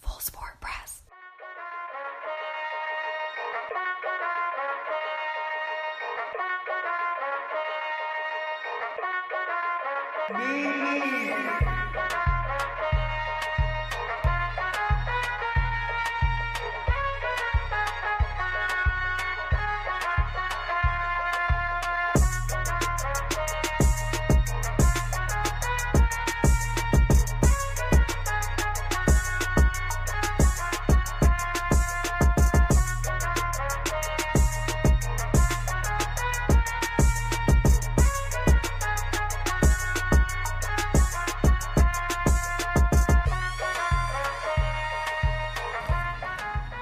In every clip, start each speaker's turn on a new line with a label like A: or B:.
A: Full Sport Press.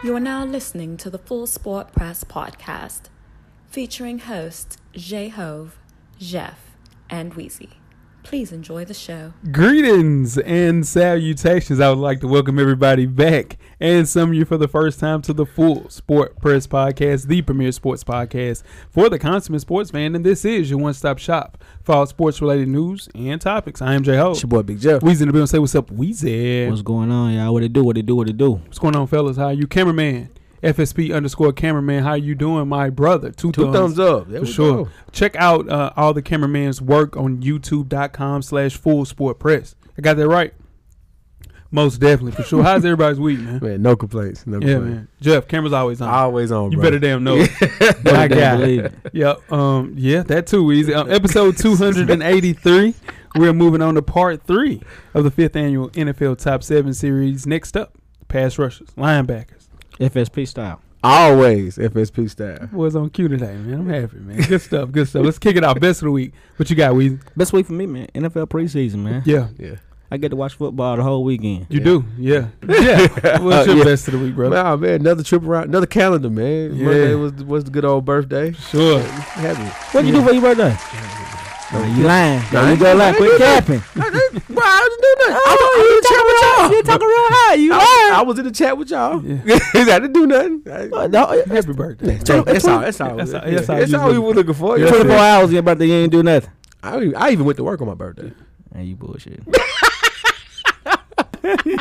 B: You are now listening to the Full Sport Press podcast, featuring hosts Jay Hove, Jeff, and Wheezy. Please enjoy the show.
C: Greetings and salutations. I would like to welcome everybody back and some of you for the first time to the Full Sport Press Podcast, the premier sports podcast for the consummate sports fan. And this is your one stop shop for all sports related news and topics. I am Jay Ho.
D: It's your boy Big Jeff.
C: Weezy in the building. Say what's up, Weezy.
D: What's going on, y'all? What it do? What it do? What it do?
C: What's going on, fellas? How you, cameraman? FSP underscore cameraman. How you doing, my brother? Two,
D: Two thumbs up. There
C: for
D: we
C: sure.
D: go.
C: Check out uh, all the cameraman's work on YouTube.com slash Full Sport Press. I got that right. Most definitely for sure. How's everybody's week, man?
E: Man, no complaints. No
C: Yeah,
E: complaints.
C: man. Jeff, camera's always on.
E: Always on,
C: you
E: bro.
C: better damn know. it. I got it. Yeah, um, yeah, that too easy. Um, episode 283. We're moving on to part three of the fifth annual NFL Top Seven Series. Next up, pass rushers, linebackers.
D: FSP style.
E: Always FSP style.
C: Was on cue today, man. I'm happy, man. Good stuff, good stuff. Let's kick it out. Best of the week. What you got, Weezy?
D: Best week for me, man. NFL preseason, man.
C: Yeah,
E: Yeah.
D: I get to watch football the whole weekend.
C: you do. Yeah, yeah. What's your
E: Uh, Yeah.
C: best of the week, brother?
E: Nah, man, another trip around, another calendar, man.
C: Yeah.
E: Monday was was the good old birthday.
C: Sure.
E: Happy.
D: What you do for your birthday? Nah, you lying. Nah, you go lying. Quit capping.
E: Bro, I was do that.
D: Oh, you talking real high. You
E: I, was in the chat with y'all.
C: Yeah.
E: I didn't do nothing.
D: Uh,
E: I-
C: Happy birthday.
E: Bro, that's all. That's all.
C: That's
E: That's
C: all-
E: all.
C: that's all you
E: we
C: do.
E: were looking for.
C: Yeah.
E: Yeah.
D: 24 hours in your birthday, you ain't do nothing.
E: I, even, I even went to work on my birthday.
D: Man, you bullshit.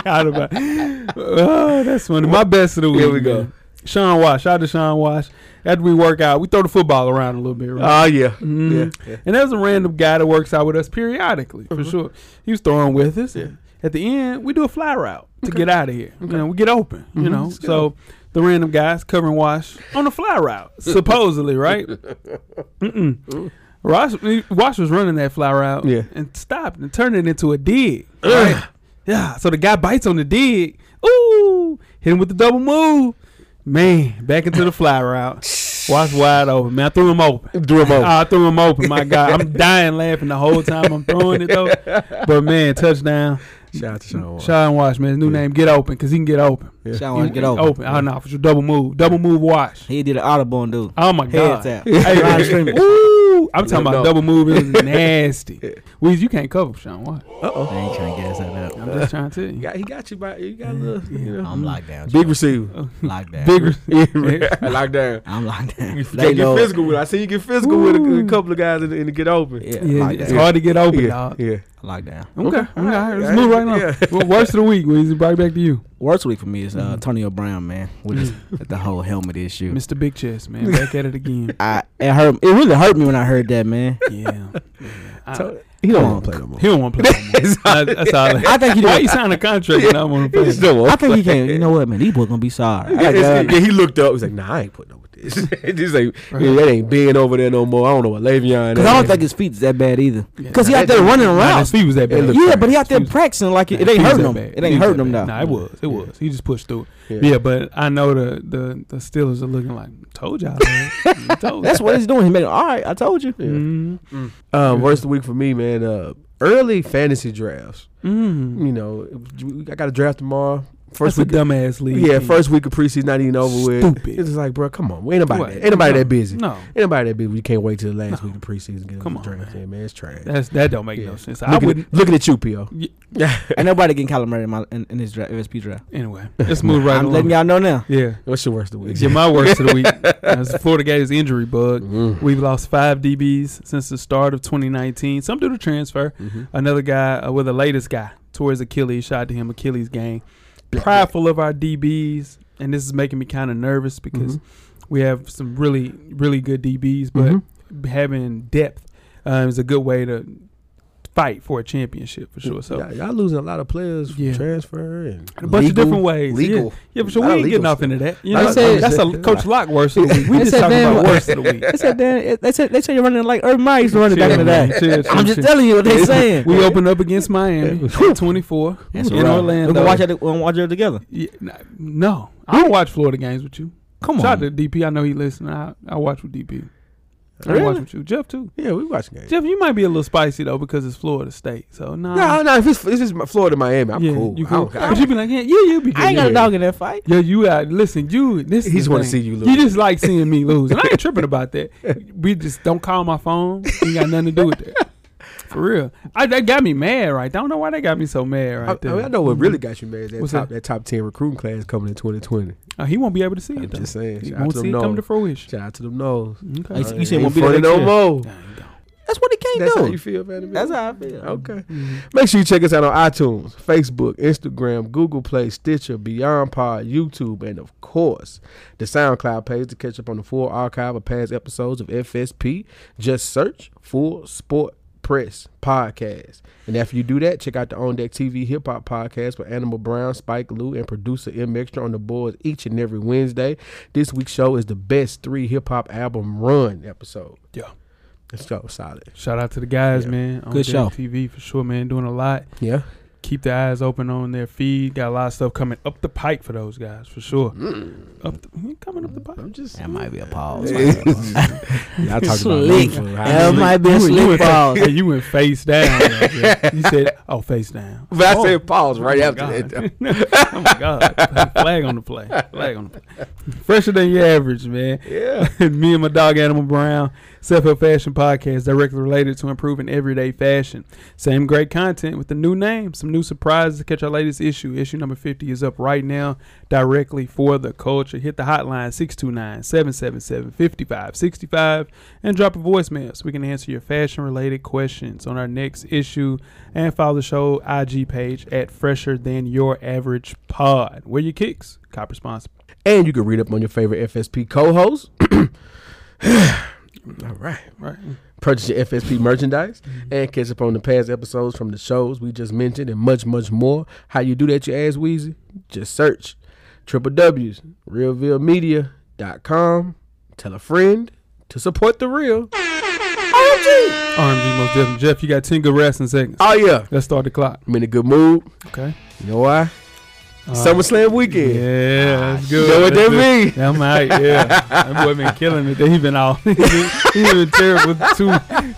C: out of my- Oh, that's funny. My best of the week.
E: Here we go.
C: man. Sean Wash. Shout out to Sean Wash. After we work out, we throw the football around a little bit, right?
E: Oh yeah.
C: Mhm.
E: yeah.
C: And there's a random guy that works out with us periodically, for
E: Mm-hmm.
C: sure. He was throwing with us. At the end, we do a fly route to get out of here. You know, we get open, you know.
E: Mm-hmm. Let's get
C: So the random guys covering Wash on the fly route, supposedly, right? Mm-mm. Wash, Wash was running that fly route
E: Yeah.
C: and stopped and turned it into a dig. right? Yeah. So the guy bites on the dig. Ooh, hit him with the double move. Man, back into the fly route. Wash wide open. Man, I threw him open.
E: Drew him over.
C: I threw him open. My God, I'm dying laughing the whole time I'm throwing it though. But man, touchdown!
E: Shout out to Sean. Watt.
C: Sean Wash, man, his new
E: Yeah.
C: name. Get open, cause he can get open.
E: Yeah.
D: Sean Wash
C: He-
D: get open.
C: Open. Oh no, for sure. Double move. Double move. Wash.
D: He did an Audubon, dude.
C: Oh my
D: Head
C: God.
D: tap.
C: Hey,
D: Ryan
C: hey,
D: Stringer.
C: Ooh, I'm talking
E: No,
C: about
E: no.
C: double move. It was nasty. Weez, you can't cover Sean Wash.
D: I ain't trying to get us out of
C: I'm just trying to tell
E: He
C: you.
E: got, he got you by. You got a little. You know.
D: I'm locked down.
E: Big receiver.
D: Locked down.
C: Bigger.
E: Lockdown.
D: I'm locked down.
E: You
D: Lay
E: can't get
D: low.
E: physical with. it. I seen you get physical with a,
C: Ooh.
E: a couple of guys in the, in the get open.
D: Yeah,
C: Yeah,
D: locked
C: it's
D: down.
C: hard to get open,
E: yeah,
C: dog.
E: yeah.
D: Locked down.
C: Okay, okay. all right, let's
E: right.
C: move right now.
E: Yeah.
C: Well, worst of the week, Weezy. Right back to you,
D: Worst week for me is uh, Antonio Brown, man, with his, the whole helmet issue.
C: Mr. Big Chest, man. Back at it again.
D: I it hurt. It really hurt me when I heard that, man.
C: Yeah. I-
E: He don't
D: Come
E: want
D: on.
E: to play no more.
C: He don't want to play. No more. That's- that's all.
D: I think he
C: Why you
D: did.
C: sign a contract and I don't want to play?
E: don't
D: I think he can. You know what, man? These boys gonna be sorry. I
E: Yeah,
D: got
E: it's-
D: God.
E: yeah, he looked up. He's like, Nah, I ain't putting up with this. this ain't. yeah, that ain't being over there no more. I don't know what Le'Veon.
D: Cause I don't
E: is.
D: think his feet's that bad either.
C: Yeah,
D: Cause he
E: nah,
D: out
E: that
D: there
E: dude-
D: running
C: Nah,
D: around.
C: his feet was that bad.
E: It looked
D: Yeah,
E: bad.
D: but he out there
C: His feet-
D: practicing like it, it
C: His
D: ain't
C: feet was
D: hurting
C: that
D: him.
C: bad.
D: It ain't
C: was
D: hurting
C: that
D: him
C: bad.
D: though.
C: Nah, it was. It was. He just pushed through.
E: Yeah.
C: it. Yeah, but I know the the the Steelers are looking like told y'all. Man. told
D: That's what he's doing. He made it. All right, I told you. Mm-hmm.
C: Mm.
E: Uh, worst week for me, man. Uh, early fantasy drafts.
C: Mm.
E: You know, I got a draft tomorrow. First
C: That's
E: week,
C: a dumbass league.
E: yeah,
C: team.
E: first week of preseason not even over with.
C: Stupid.
E: It's just like, bro, come on, ain't nobody,
C: What?
E: that, ain't nobody
C: No,
E: that busy.
C: No,
E: Anybody that busy, you can't wait till the last week of preseason. to Get
C: Come
E: come on,
C: on,
E: draft. Man. man, it's trash.
C: that's that don't make
E: Yeah.
C: no sense. I
E: Looking
C: wouldn't.
E: At, looking at you, P.O.
D: Ain't nobody getting calibrated in, my, in, in this draft, MSP draft.
C: Anyway, let's move right
D: I'm
C: along.
D: letting y'all know now.
C: yeah,
E: What's your worst of the week?
C: yeah. My worst of the week is Florida Gators injury bug.
E: Mm.
C: We've lost five DBs since the start of 2019. Some due to transfer.
E: Mhm.
C: Another guy, uh, well, the latest guy, towards Achilles. Shout out to him, Achilles gang. Prideful of our DBs, and this is making me kind of nervous because
E: Mhm.
D: Mm-hmm.
C: we have some really, really good DBs, but
E: Mhm.
D: Mm-hmm.
C: having depth um, is a good way to fight for a championship for sure. So
E: y'all, y'all losing a lot of players from
C: Yeah.
E: transfer and
C: a bunch of
D: Legal-
C: different ways. Yeah,
D: legal.
C: yeah for sure.
D: Lot
C: We
D: of
C: ain't getting
D: legal
C: off into that. You
E: Lot
C: know,
E: of-
C: that's a Coach Lock worst of the week. We
D: They
C: just
D: said,
C: talking
D: man,
C: about
D: what-
C: worst of the week.
D: They said they, they said they said you're running like Urban Meyer used to run it back in the
C: man.
D: day.
C: Chill, chill,
D: I'm just
C: chill.
D: telling you what they saying.
C: We open up against Miami at 24
D: That's
C: in
D: right.
C: Orlando.
D: We gonna watch it. We gonna watch it together.
C: Yeah, n- no, I don't watch Florida games with you.
D: Come
C: Shout
D: on.
C: out to DP. I know he listening. I, I watch with DP. I watch
E: Really?
C: with you. Jeff, too.
E: yeah, we watching games.
C: Jeff, you might be a little spicy, though, because it's Florida State. So, nah.
E: No, no, if it's, if it's Florida, Miami, I'm
C: uh, yeah,
E: cool.
C: You
E: I
C: cool.
E: don't- I
C: But you be like, yeah, yeah, you be good.
D: I ain't got a
E: Yeah.
D: dog in that fight.
C: Yo, you out. Listen, you. This
E: He just
C: want
E: wanna see you lose.
C: You just like seeing me lose, and I ain't tripping about that. We just don't call my phone. Ain't got nothing to do with that. For real, I, that got me mad. Right? Don't know why that got me so mad.
E: I,
C: Right
E: I
C: there. Mm-hmm.
E: mean, I know what really got you mad is that
C: What's
E: top
C: that?
E: that? top ten recruiting class coming in 2020.
C: Uh, he won't be able to see
E: I'm
C: it. Though.
E: just saying.
C: He
E: Shout out
C: won't
E: to
C: see
E: them
C: it come to
E: nose.
C: fruition.
E: Shout out to them nose.
C: Okay.
D: You said
E: Ain't
D: won't be there next
E: funny no
D: year.
E: more.
C: There you go.
D: That's what he can't
E: That's
D: do.
E: how you feel, man.
D: That's how I feel.
E: Okay.
C: Mhm.
E: Make sure you check us out on iTunes, Facebook, Instagram, Google Play, Stitcher, Beyond Pod, YouTube, and of course, the SoundCloud page to catch up on the full archive of past episodes of FSP. Just search Full Sport Press Podcast. And after you do that, check out the On Deck TV Hip Hop Podcast with Animal Brown, Spike Lou, and producer M Extra on the boards each and every Wednesday. This week's show is the best three hip hop album run episode.
C: Yeah.
E: Let's go. Solid.
C: Shout out to the guys,
E: Yeah.
C: man. On
D: Good
C: Dead
D: show.
C: TV for sure, man. Doing a lot.
E: Yeah.
C: Keep the eyes open on their feed. Got a lot of stuff coming up the pike for those guys, for sure.
E: Mm.
C: Up the, coming up the pike.
E: I'm just.
D: That might be a pause.
E: Y'all talking
D: Slick.
E: about
D: That might be a
C: You went- you
D: slick
C: went-
D: pause.
C: Hey, you went face down. Jeff. you said, "Oh, face down."
E: But I
C: oh,
E: said pause right after
C: God.
E: that. though.
C: oh my god! Flag on the play. Flag on the play. Fresher than your average, man.
E: Yeah.
C: Me and my dog Animal Brown, Self Help Fashion Podcast, directly related to improving everyday fashion. Same great content with a new name, some new surprises to catch our latest issue. Issue number 50 is up right now, directly for the culture. Hit the hotline 629 777 5565 and drop a voicemail so we can answer your fashion related questions on our next issue. And follow the show IG page at Fresher Than Your Average Pod. Where your kicks, cop responsible.
E: And you can read up on your favorite FSP co-host. All right. Mm-hmm.
C: Right?
E: Purchase your FSP merchandise and catch up on the past episodes from the shows we just mentioned and much, much more. How you do that, you ass Weezy? Just search triple W's realvillemedia.com. Tell a friend to support the real.
C: RMG most definitely. Jeff, you got 10 good resting seconds.
E: Oh yeah.
C: Let's start the clock.
E: I'm in a good mood.
C: Okay.
E: You know why? SummerSlam weekend.
C: Yeah, that's
E: You
C: good.
E: know what
C: That's
E: that
C: good.
E: mean?
C: Yeah, I'm out. Yeah, that boy been killing it. He been all he been, he been terrible. Two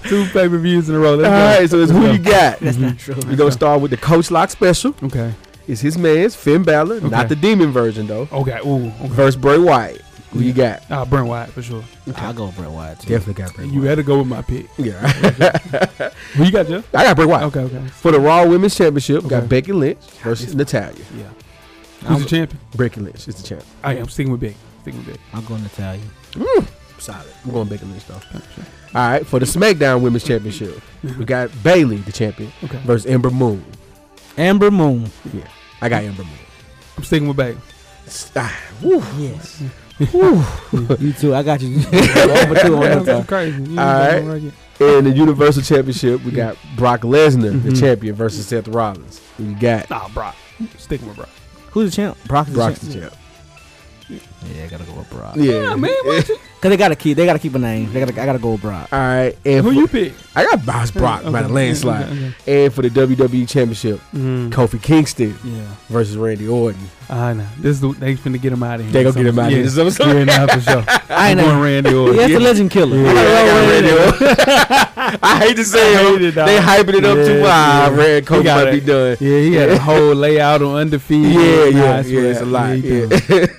C: two pay per views in a row. Let's
E: All
C: go.
E: right, so it's who you got.
D: That's not true.
E: We're gonna start with the Coach Lock special.
C: Okay.
E: It's his man's Finn Balor,
C: Okay.
E: not the demon version though.
C: Okay. Ooh. Okay.
E: Versus Bray Wyatt. Who you got?
C: Ah, Brent White for sure.
D: I'll go Bret Wyatt. Too.
E: Definitely got Bray
C: You better go with my pick.
E: Yeah.
C: Who you got, Jeff?
E: I got Bray Wyatt.
C: Okay. Okay.
E: For the Raw Women's Championship, we
C: Okay.
E: got Becky Lynch versus Natalia.
C: Yeah.
D: I'm-
C: Who's the champion?
E: Becky Lynch is the champ.
C: I am sticking with Big. Sticking with Big.
D: I'm going to tell you.
E: Solid. I'm going Becky Lynch though. All right, for the SmackDown Women's Championship, we got Bailey, the champion,
C: Okay.
E: versus Ember Moon.
D: Amber Moon.
E: Yeah, I got Ember Moon.
C: I'm sticking with Big.
E: Ah, woo.
D: Yes. you too. I got you. Over two on that
C: That's
D: side.
C: crazy. You ain't
E: All
C: got
E: right.
C: no right yet.
E: In the Universal Championship, we got Brock Lesnar,
C: Mhm.
E: the champion, versus Seth Rollins. Who you got?
C: Nah, Brock. Sticking with Brock.
D: Who's the champ? Brock.
E: Brock's the champ.
D: Yeah, I gotta go with Brock.
E: Yeah,
C: man, what
D: Cause they gotta keep. They gotta keep a name. They gotta. I gotta go abroad.
E: All right, and
C: Who
E: for-
C: you pick?
E: I got Boss Brock by the
C: Okay,
E: landslide,
C: okay, okay.
E: and for the WWE Championship,
C: Mm,
E: Kofi Kingston
C: yeah,
E: versus Randy Orton.
C: I know. This is the, they finna get him out of here.
E: They gonna get him out of
C: yeah.
E: here. This is what I'm
C: Yeah, nah, for sure.
D: I
C: I'm
D: ain't
C: going
D: know.
C: Randy Orton.
D: That's the legend killer.
E: Oh, Yeah, I got Randy Orton. I hate to say
C: I
E: it,
C: hate it, dog.
E: they hyping it up
C: Yeah,
E: too high.
C: yeah.
E: Randy
C: He
E: Kofi
C: got
E: might
C: it.
E: be done.
C: Yeah, he had a whole layout on undefeated.
E: Yeah,
C: Nah,
E: yeah,
C: I swear,
E: yeah, it's a lot.
C: he
E: Yeah.
C: doing-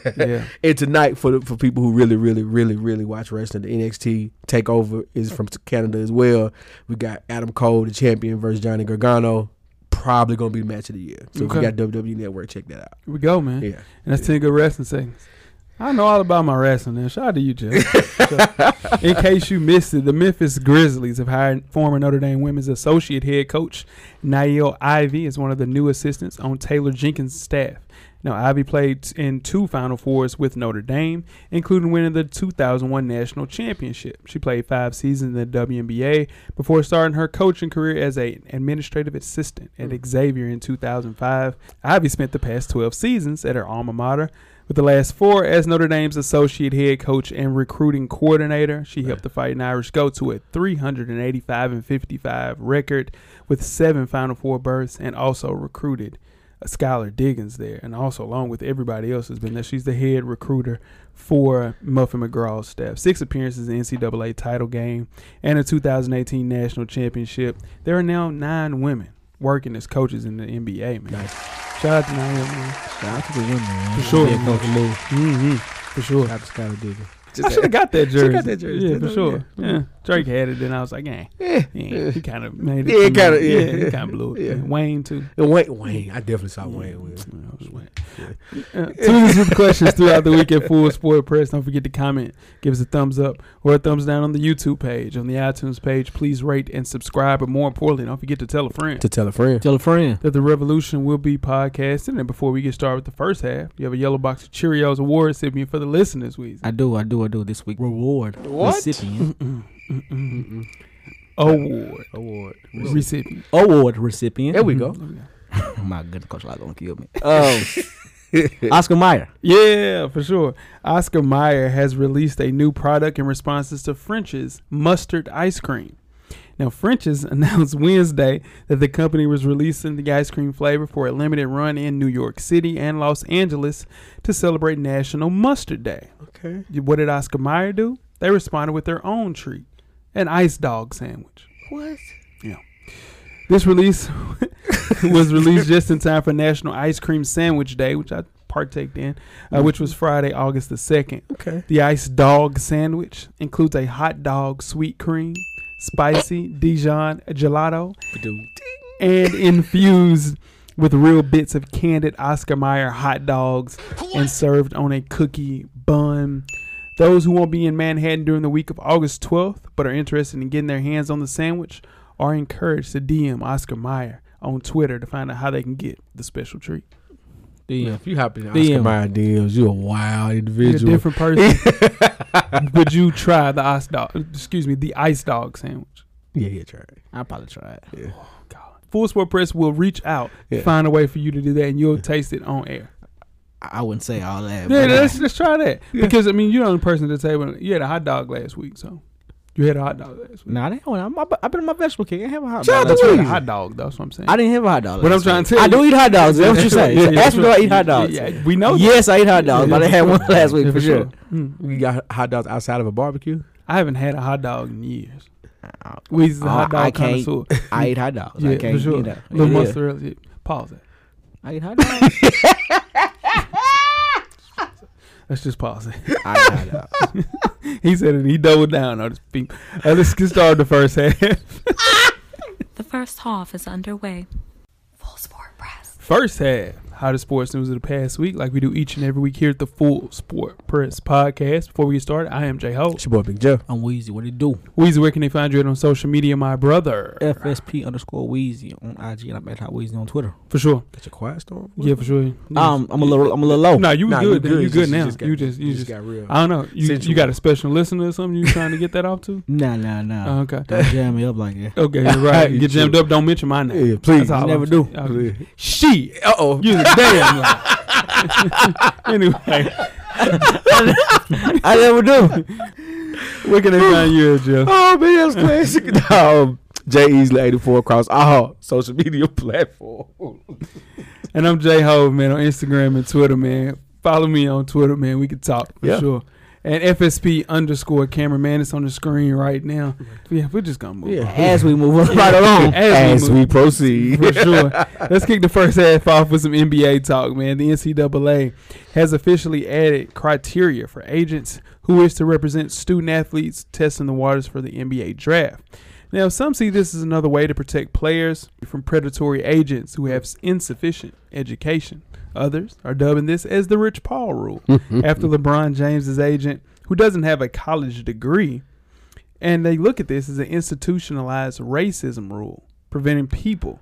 C: yeah.
E: And tonight, for the, for people who really, really, really, really watch wrestling, the NXT Takeover is from Canada as well. We got Adam Cole, the champion, versus Johnny Gargano. Probably gonna be the match of the year.
C: Okay. Mm.
E: So if you got WWE Network, check that out.
C: Here we go, man.
E: Yeah,
C: And that's 10 good wrestling seconds. I know all about my wrestling, man. Shout out to you, Jeff. In case you missed it, the Memphis Grizzlies have hired former Notre Dame women's associate head coach Niall Ivy as one of the new assistants on Taylor Jenkins' staff. Now, Ivy played in two Final Fours with Notre Dame, including winning the 2001 national championship. She played five seasons in the WNBA before starting her coaching career as an administrative assistant at Xavier in 2005. Ivy spent the past 12 seasons at her alma mater, with the last four as Notre Dame's associate head coach and recruiting coordinator. She helped the Fighting Irish go to a 385 and 55 record with seven Final Four berths and also recruited uh, Skylar Diggins there. And also, along with everybody else, has been there. She's the head recruiter for Muffin McGraw's staff. Six appearances in NCAA title game and a 2018 national championship. There are now nine women working as coaches in the NBA, man.
E: Nice.
C: Shout out to Naomi. man.
D: Shout out to the women. man.
C: For sure.
E: Yeah, Coach Lou.
C: Mm-hmm. For sure.
E: Shout out to Skylar Diggins.
C: I should have got that jersey.
E: Should've got that jersey.
C: Yeah, for
E: Yeah.
C: sure. Yeah. Drake had it, and I was like, eh.
E: Yeah.
C: Yeah, he kind of made it.
E: Yeah, he
C: to
E: kinda-
C: me.
E: yeah.
C: he kind of blew it.
E: Yeah.
C: Wayne too.
E: And Wayne, Wayne, I definitely saw Wayne. Will.
C: Yeah, I was Wayne. Uh, tune in to the questions throughout the week at Full Sport Press. Don't forget to comment, give us a thumbs up or a thumbs down on the YouTube page, on the iTunes page. Please rate and subscribe, but more importantly, don't forget to tell a friend.
E: To tell a friend.
D: Tell a friend.
C: that the revolution will be podcasted. And before we get started with the first half, you have a yellow box of Cheerios award recipient for the listeners, Weezy.
D: I do. I do. I do. This week reward
E: What?
D: recipient.
C: Award
E: Award.
C: recipient.
D: Award recipient. Oh
E: There we go.
D: My goodness, Coach Lyle gonna kill me. Um, Oscar Mayer.
C: Yeah, for sure. Oscar Mayer has released a new product in responses to French's mustard ice cream. Now, French's announced Wednesday that the company was releasing the ice cream flavor for a limited run in New York City and Los Angeles to celebrate National Mustard Day.
E: Okay.
C: What did Oscar Mayer do? They responded with their own treat, an ice dog sandwich.
E: What?
C: This release was released just in time for National Ice Cream Sandwich Day, which I partaked in, uh, which was Friday, August the 2nd.
E: Okay.
C: The ice dog sandwich includes a hot dog sweet cream, spicy Dijon gelato,
E: Dude.
C: and infused with real bits of candied Oscar Mayer hot dogs and served on a cookie bun. Those who won't be in Manhattan during the week of August 12th but are interested in getting their hands on the sandwich are encouraged to DM Oscar Mayer on Twitter to find out how they can get the special treat.
E: Yeah,
D: The
E: if you hop in Oscar
D: DM.
E: Mayer DMs, you a
C: You're
E: wild
C: a
E: individual.
C: different person. Would you try the ice dog? Excuse me, the ice dog sandwich.
E: yeah, yeah, try it.
D: I probably tried.
C: God. Full Sport Press will reach out,
E: Yeah.
C: find a way for you to do that, and you'll taste it on air.
D: I I wouldn't say all that.
C: Yeah,
D: but, uh,
C: let's, let's try that. Because, I mean, you're the only person at the table. You had a hot dog last week, so. You had a hot dog last week.
D: Nah, I didn't. I'm, I've been in my vegetable cake. I didn't have a hot
E: Shout
D: dog.
E: out
D: last
C: That's
E: to
D: week.
C: not a
E: Wheezy.
C: hot dog, though. That's what I'm saying.
D: I didn't have a hot dog.
C: What
D: last
C: I'm trying
D: week.
C: to tell
D: I do
C: you-
D: eat hot dogs. That's what you say.
C: Yeah, yeah,
D: Ask
C: for
D: me do I
C: sure.
D: eat hot
C: Yeah,
D: dogs?
C: Yeah, we know. that.
D: Yes, I eat hot dogs,
C: Yeah,
D: but I
C: for
D: had
C: sure.
D: one last week
C: Yeah,
D: for sure.
C: Mm.
E: You got hot dogs outside of a barbecue?
C: I haven't had a hot dog in years. Weezy's a
D: Oh,
C: hot
D: I
C: dog
D: can't-
C: connoisseur.
D: I eat hot dogs.
C: Yeah,
D: I
C: for
D: can't
C: sure.
D: eat that.
C: Little
D: Yeah.
C: mozzarella. yeah. Pause it.
D: I eat hot dogs.
C: Let's just pause it.
D: I eat hot dogs.
C: He said it. He doubled down on his beat. Uh, let's get started the first half.
B: The first half is underway.
A: Full Sport Press.
C: First half, hottest sports news of the past week, like we do each and every week here at the Full Sport Press Podcast. Before we get started, I am Jay Ho.
E: It's your boy Big Joe.
D: I'm Wheezy. What it do?
C: Weezy, where can they find you at on social media, my brother?
D: FSP underscore Wheezy on IG and I'm at Hot Wheezy on Twitter.
C: For sure.
E: Got your quiet storm?
C: Yeah, for sure.
D: Um, I'm a little, I'm a little low.
C: Nah, you was
E: Nah,
C: good. You, good
E: just-
C: now.
E: got-
C: you just, you just.
E: got real.
C: I don't know. You, you
E: Sensual.
C: got a special listener or something? You trying to get that off to?
D: Nah, nah, nah.
C: Uh, okay.
D: Don't jam me up like that.
C: Okay, you're right.
E: You
C: Get jammed up. Don't mention my name.
E: Yeah, please.
C: all
D: never
C: I'm
D: do.
C: saying. Okay.
E: She. Uh oh.
C: You was a damn lie. anyway,
D: I never do.
C: Where can they find you at, Joe?
E: Oh man, that's classic. um, Jay Easley eighty four across all social media platforms.
C: And I'm Jay Ho, man, on Instagram and Twitter, man. Follow me on Twitter, man. We can talk for
E: Yeah.
C: sure. And FSP underscore cameraman. It's on the screen right now. Yeah, we're just gonna move
E: Yeah.
C: on.
D: As we move on.
C: Right along.
E: As we proceed.
C: for sure. Let's kick the first half off with some NBA talk, man. The NCAA has officially added criteria for agents who wish to represent student athletes testing the waters for the NBA draft. Now, some see this as another way to protect players from predatory agents who have insufficient education. Others are dubbing this as the Rich Paul rule after LeBron James's agent, who doesn't have a college degree, and they look at this as an institutionalized racism rule, preventing people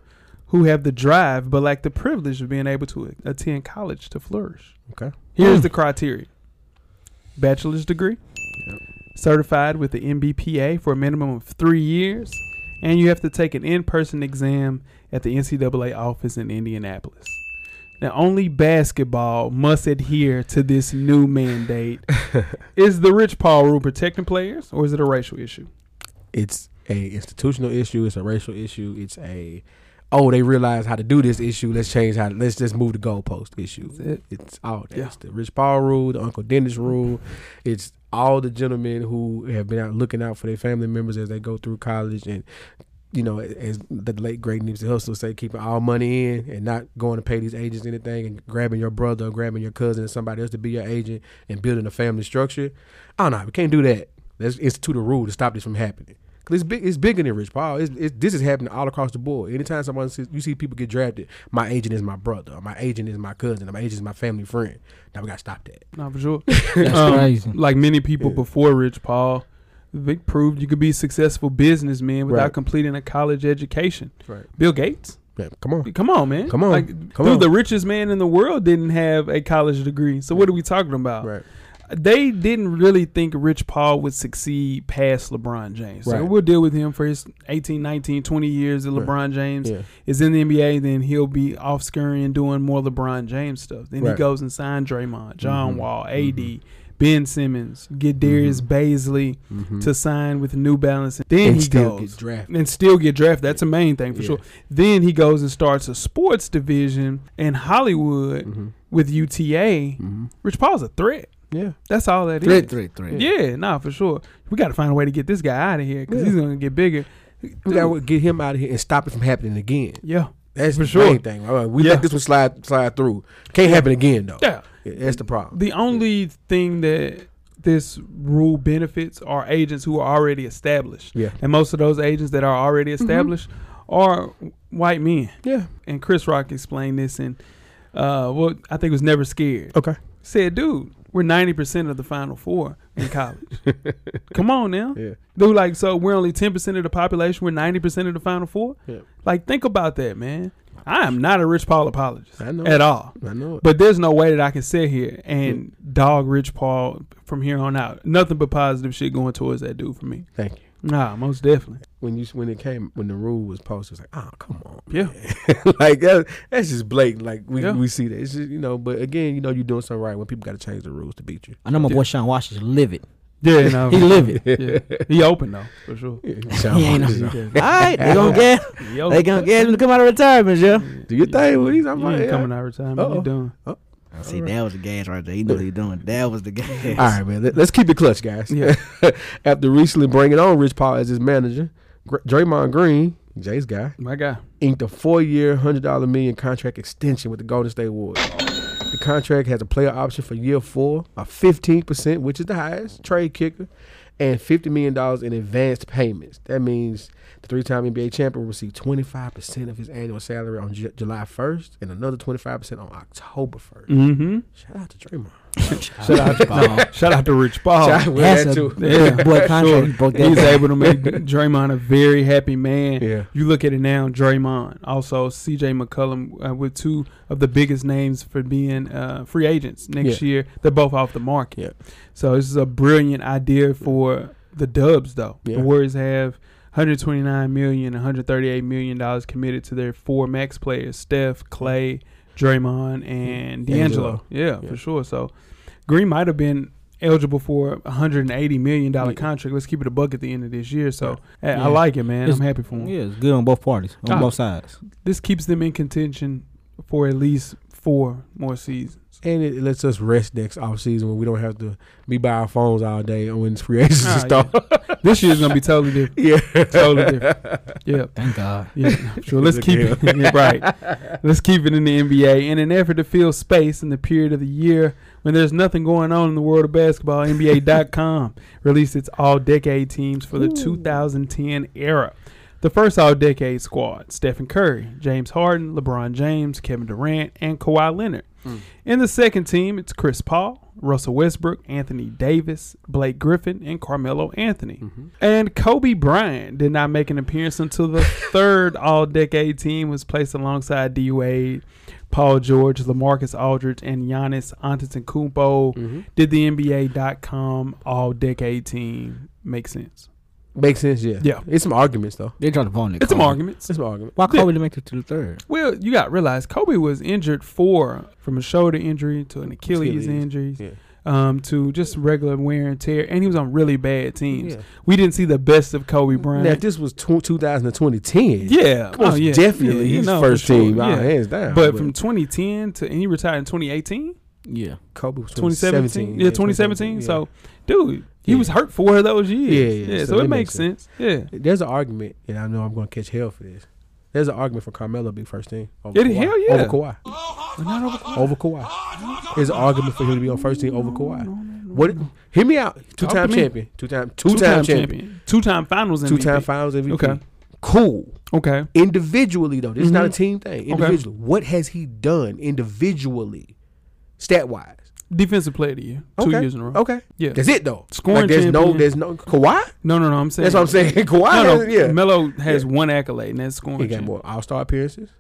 C: who have the drive but lack the privilege of being able to attend college to flourish.
E: Okay.
C: Here's the criteria bachelor's degree, certified with the MBPA for a minimum of three years, and you have to take an in person exam at the NCAA office in Indianapolis. Now, only basketball must adhere to this new mandate. is the Rich Paul rule protecting players, or is it a racial issue?
E: It's a institutional issue. It's a racial issue. It's a oh they realize how to do this issue. Let's change how. Let's just move the goalpost issue.
C: That's it.
E: It's all that.
C: Yeah. Mm-hmm.
E: It's the Rich Paul rule, the Uncle Dennis rule. It's all the gentlemen who have been out looking out for their family members as they go through college and. You know, as the late great Nipsey Hussle say, keeping all money in and not going to pay these agents anything, and grabbing your brother, or grabbing your cousin, or somebody else to be your agent, and building a family structure. I don't know. We can't do that. Let's institute a rule to stop this from happening. 'Cause it's big. It's bigger than Rich Paul. It's, it's, this is happening all across the board. Anytime someone sees, you see people get drafted, my agent is my brother. Or my agent is my cousin. Or my agent is my family friend. Now we gotta stop that.
C: Not for sure.
D: That's
C: Um,
D: crazy.
C: Like many people before Rich Paul, they proved you could be successful businessmen without
E: Right.
C: completing a college education.
E: Right.
C: Bill Gates,
E: Man, come on.
C: come on, man.
E: Come on.
C: Like,
E: Come
C: dude,
E: on.
C: the richest man in the world didn't have a college degree. So what are we talking about?
E: Right.
C: They didn't really think Rich Paul would succeed past LeBron James. So
E: Right.
C: we'll deal with him for his 18, 19, 20 years that LeBron James
E: Yeah.
C: is in the NBA, then he'll be off scurrying doing more LeBron James stuff. Then he
E: Right. Mm-hmm.
C: goes and signs Draymond, John Wall, AD, Ben Simmons, get Darius Baisley to sign with New Balance. Then
E: Mm-hmm. And
C: he
E: still
C: goes
E: get drafted.
C: and still get drafted. That's the main thing for sure. Then he goes and starts a sports division in Hollywood
E: Mm-hmm.
C: with UTA. Rich Paul's a threat.
E: Yeah.
C: That's all that is.
D: Three, three, three.
C: Yeah, nah, for sure. We got to find a way to get this guy out of here because he's gonna get bigger.
E: We gotta get him out of here and stop it from happening again.
C: Yeah,
E: That's
C: For
E: for
C: sure.
E: sure. Main thing. All right, we
C: Yeah.
E: let this one slide slide through. Can't happen again though.
C: yeah.
E: Yeah, that's the problem.
C: The only thing that this rule benefits are agents who are already established.
E: Yeah. Mm-hmm.
C: And most of those agents that are already established are white men.
E: Yeah.
C: And Chris Rock explained this in uh well I think it was Never Scared.
E: Okay.
C: Said, dude, we're ninety percent of the final four in college. Come on now.
E: Yeah.
C: Dude, like so we're only ten percent of the population, we're ninety percent of the final four.
E: Yeah.
C: Like think about that, man. I am not a Rich Paul apologist
E: I know.
C: at all.
E: I know it.
C: But there's no way that I can sit here and dog Rich Paul from here on out. Nothing but positive shit going towards that dude for me.
E: Thank you.
C: Nah, most definitely.
E: When you when it came when the rule was posted, it's like, oh come on.
C: Yeah.
E: like that, that's just blatant. Like we,
C: Yeah.
E: we see that. It's just, you know, but again, you know, you're doing something right when people got to change the rules to beat you.
D: I know my boy Sean Washington live it.
C: Yeah, no.
D: He live it.
C: yeah. He open though, for sure.
D: He ain't
E: Sean,
D: no- All right, they gonna get
C: He open.
D: they gonna get him to come out of retirement, yeah.
E: do your thing, please. I'm
C: You
E: like,
C: ain't
E: yeah.
C: coming out of retirement. You
E: Uh-oh.
C: done.
D: See, that was the gas right there. You know what he doing. That was the gas.
E: All right, man. Let, us keep it clutch, guys.
C: Yeah.
E: After recently bringing on Rich Paul as his manager, Gr- Draymond Green, Jay's guy,
C: My guy.
E: inked a four-year, hundred dollar million contract extension with the Golden State Warriors. The contract has a player option for year four, a fifteen percent, which is the highest trade kicker, and fifty million dollars in advanced payments. That means the three-time NBA champion will receive twenty-five percent of his annual salary on Ju- July first, and another twenty-five percent on October 1st
C: Mm-hmm.
E: Shout out to Draymond.
D: Shut up, Paul.
C: Shout out to Rich Paul.
E: Shout out- Well,
D: That's
E: that
D: a
E: too.
C: Yeah,
D: big boy contract.
C: sure.
D: He broke that
C: He's
D: down.
C: able to make Draymond a very happy man.
E: Yeah.
C: You look at it now, Draymond, also C.J. McCollum, uh, with two of the biggest names for being uh, free agents next
E: Yeah.
C: year. They're both off the market.
E: Yeah.
C: So this is a brilliant idea for the Dubs, though.
E: Yeah.
C: The Warriors have 129 million, 138 million dollars committed to their four max players: Steph, Clay, Draymond, and D'Angelo.
E: Mm-hmm. D'Angelo.
C: Yeah,
E: Yeah.
C: for sure. So Green might have been eligible for a hundred and eighty million dollar
E: Yeah.
C: contract. Let's keep it a buck at the end of this year. So hey,
D: Yeah.
C: I like it, man.
D: It's-
C: I'm happy for him.
D: Yeah, it's good on both parties, on
C: Ah.
D: both sides.
C: This keeps them in contention for at least four more seasons.
E: And it lets us rest next off season when we don't have to be by our phones all day when it's free agency
C: Ah, yeah.
E: start.
C: this year's gonna be totally different.
E: Yeah.
C: Totally different. Yeah.
D: Thank God.
C: Yeah, I'm sure. Let's keep it right. Let's keep it in the NBA. In an effort to fill space in the period of the year when there's nothing going on in the world of basketball, NBA.com released its all-decade teams for the 2010 era. The first all-decade squad: Stephen Curry, James Harden, LeBron James, Kevin Durant, and Kawhi Leonard. In the second team, it's Chris Paul, Russell Westbrook, Anthony Davis, Blake Griffin, and Carmelo Anthony.
E: Mm-hmm.
C: And Kobe Bryant did not make an appearance until the third All Decade team was placed alongside D Wade, Paul George, Lamarcus Aldridge, and Giannis Antetokounmpo.
E: Mm-hmm.
C: Did the NBA.com All Decade team make sense?
E: Makes sense, yeah.
C: Yeah.
E: It's some arguments though.
D: They tried to phone it.
C: It's some
D: Kobe.
C: arguments.
E: It's some argument.
D: Why Kobe didn't make it to the third?
C: Well, you got to realize Kobe was injured for from a shoulder injury to an Achilles,
E: Achilles,
C: injury
E: yeah.
C: um, to just regular wear and tear, and he was on really bad teams.
E: Yeah.
C: We didn't see the best of Kobe Bryant.
E: Now if this was tw- 2010.
C: yeah,
E: Most definitely
C: you
E: his
C: know,
E: first
C: for sure,
E: team, ah,
C: yeah.
E: hands down.
C: But from 2010 to and he retired in 2018,
D: Yeah.
E: Kobe was
C: 2017, yeah, 2017.
E: yeah.
C: So, dude, he
E: Yeah.
C: was hurt for those years.
E: Yeah, yeah,
C: So,
E: so
C: it
E: that
C: makes
E: makes
C: sense. Yeah,
E: there's an argument, and I know I'm going to catch hell for this. There's an argument for Carmelo being first team over
C: Yeah,
E: Kawhi.
C: hell yeah.
E: Over Kawhi.
C: But not over Kobe.
E: Over Kawhi. There's an argument for him to be on first team over Kawhi. What? Hear me out. Two
C: Talk
E: time
C: to me.
E: champion. Two time. Two time champion.
C: two time finals, MVP.
E: Two time Finals MVP.
C: Okay.
E: Cool.
C: Okay,
E: Individually though, this is not a
C: Mm-hmm.
E: team thing. Individually, what has he done individually, stat wise?
C: defensive player of the year, two
E: Okay.
C: years in a row.
E: Okay.
C: Yeah.
E: That's it though.
C: Scoring
E: Like, there's no.
C: champion.
E: There's no Kawhi.
C: No, no, no. I'm saying
E: That's what I'm saying. Kawhi.
C: No, no.
E: has- yeah.
C: Melo has one accolade, and that's scoring.
E: he got
C: champ.
E: more All Star appearances.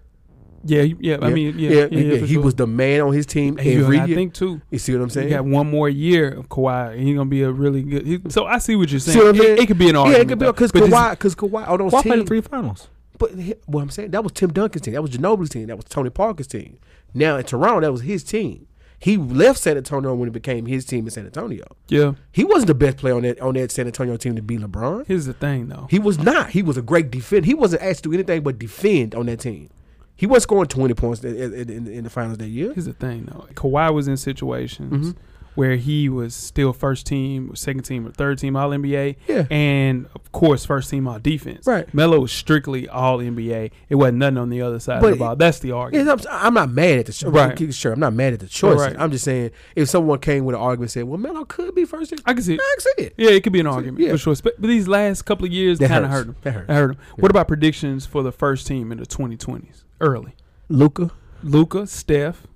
C: Yeah, you- yeah. I
E: Yeah.
C: mean, yeah, yeah.
E: he,
C: yeah, for
E: he
C: sure.
E: was the man on his team
C: And you-
E: every
C: I
E: year.
C: think too.
E: you see what I'm
C: You
E: saying?
C: got one more year of Kawhi, and he's gonna be a really good. He, so I see what you're saying.
E: See what I'm
C: It-
E: saying?
C: it, could be an
E: yeah,
C: argument.
E: it could be
C: though.
E: because
C: But this-
E: Kawhi, because Kawhi on those
D: Why played the
E: teams.
D: three finals?
E: But he- what I'm saying, that was Tim Duncan's team. That was Ginobili's team. That was Tony Parker's team. Now in Toronto, that was his team. He left San Antonio when it became his team in San Antonio.
C: Yeah,
E: He wasn't the best player on that on that San Antonio team to be LeBron.
C: here's the thing though.
E: He was not. He was a great defender. He wasn't asked to do anything but defend on that team. He wasn't scoring 20 points in, in, in- in the finals that year.
C: Here's the thing though. Kawhi was in situations
E: Mm-hmm.
C: where he was still first team, second team, or third team All NBA.
E: Yeah.
C: and of course first team All Defense.
E: Right.
C: Melo was strictly All NBA. It wasn't nothing on the other side of
E: But
C: the ball. That's the argument.
E: Yeah, I'm, I'm not mad at the choice.
C: Right.
E: Sure, I'm not mad at the choice.
C: Right.
E: I'm just saying if someone came with an argument and said, well, Melo could be first team,
C: I can see it.
E: I can see it.
C: Yeah, it could be an argument
E: yeah.
C: for sure. But but these last couple of years
E: That
C: kind of
E: hurts.
C: hurt him.
E: That hurts.
C: I hurt him. What about predictions for the first team in the 2020s? Early.
E: Luca.
C: Luca, Steph.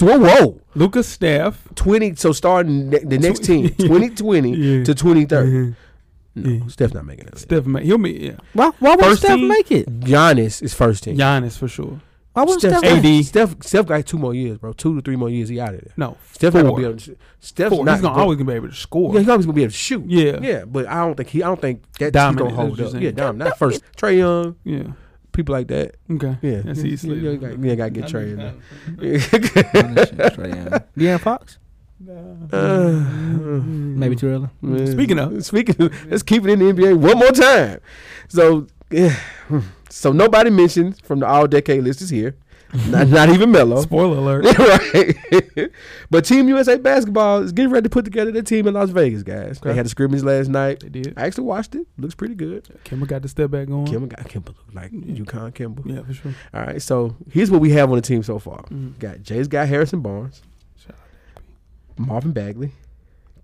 E: Whoa, whoa.
C: Luca, Steph.
E: 20 so starting ne- the next
C: Tw-
E: team 2020
C: Yeah.
E: to 2030 no
C: Yeah.
E: Steph's not making it
C: Steph, ma- he'll be yeah.
D: Why, why would
C: First
D: Steph
C: team?
D: make it?
E: Giannis is first team
C: Giannis for sure.
D: Why would Steph,
E: Steph,
D: make it?
E: AD. Steph Steph got two more years bro two to three more years he out of there
C: No,
E: Steph
C: four.
E: not gonna be able to Steph's
C: Four.
E: not
C: He's gonna
E: go-
C: always gonna be able to score.
E: yeah, he's always gonna be able to shoot
C: Yeah.
E: yeah but I don't think he I don't think that's
C: Dominant,
E: gonna hold
C: that's
E: up
C: what
E: yeah
C: you're
E: Dom not first Trey Young
C: Yeah.
E: people like that
C: Okay.
E: yeah
C: That's
E: yeah,
C: easily.
E: yeah, gotta- yeah gotta get Trey in there
D: De'Aaron Fox?
C: Uh,
E: uh, Mm.
C: mm.
D: Maybe too early.
E: Man.
C: Speaking of-
E: speaking, of, let's keep it in the NBA one more time. So, yeah. hmm. so nobody mentioned from the All Decade list is here. Not, not even Melo,
C: Spoiler alert.
E: right? but Team USA basketball is getting ready to put together their team in Las Vegas, guys. They
C: Okay.
E: had a scrimmage last night.
C: they did.
E: I actually watched it. Looks pretty good.
C: Kimba got the step back going.
E: Kimba got Kimba look like UConn Kimba.
C: Yeah, for sure.
E: All right, so here's what we have on the team so far.
C: Mhm.
E: Got Jay's got Harrison Barnes,
C: Shout
E: Marvin Bagley,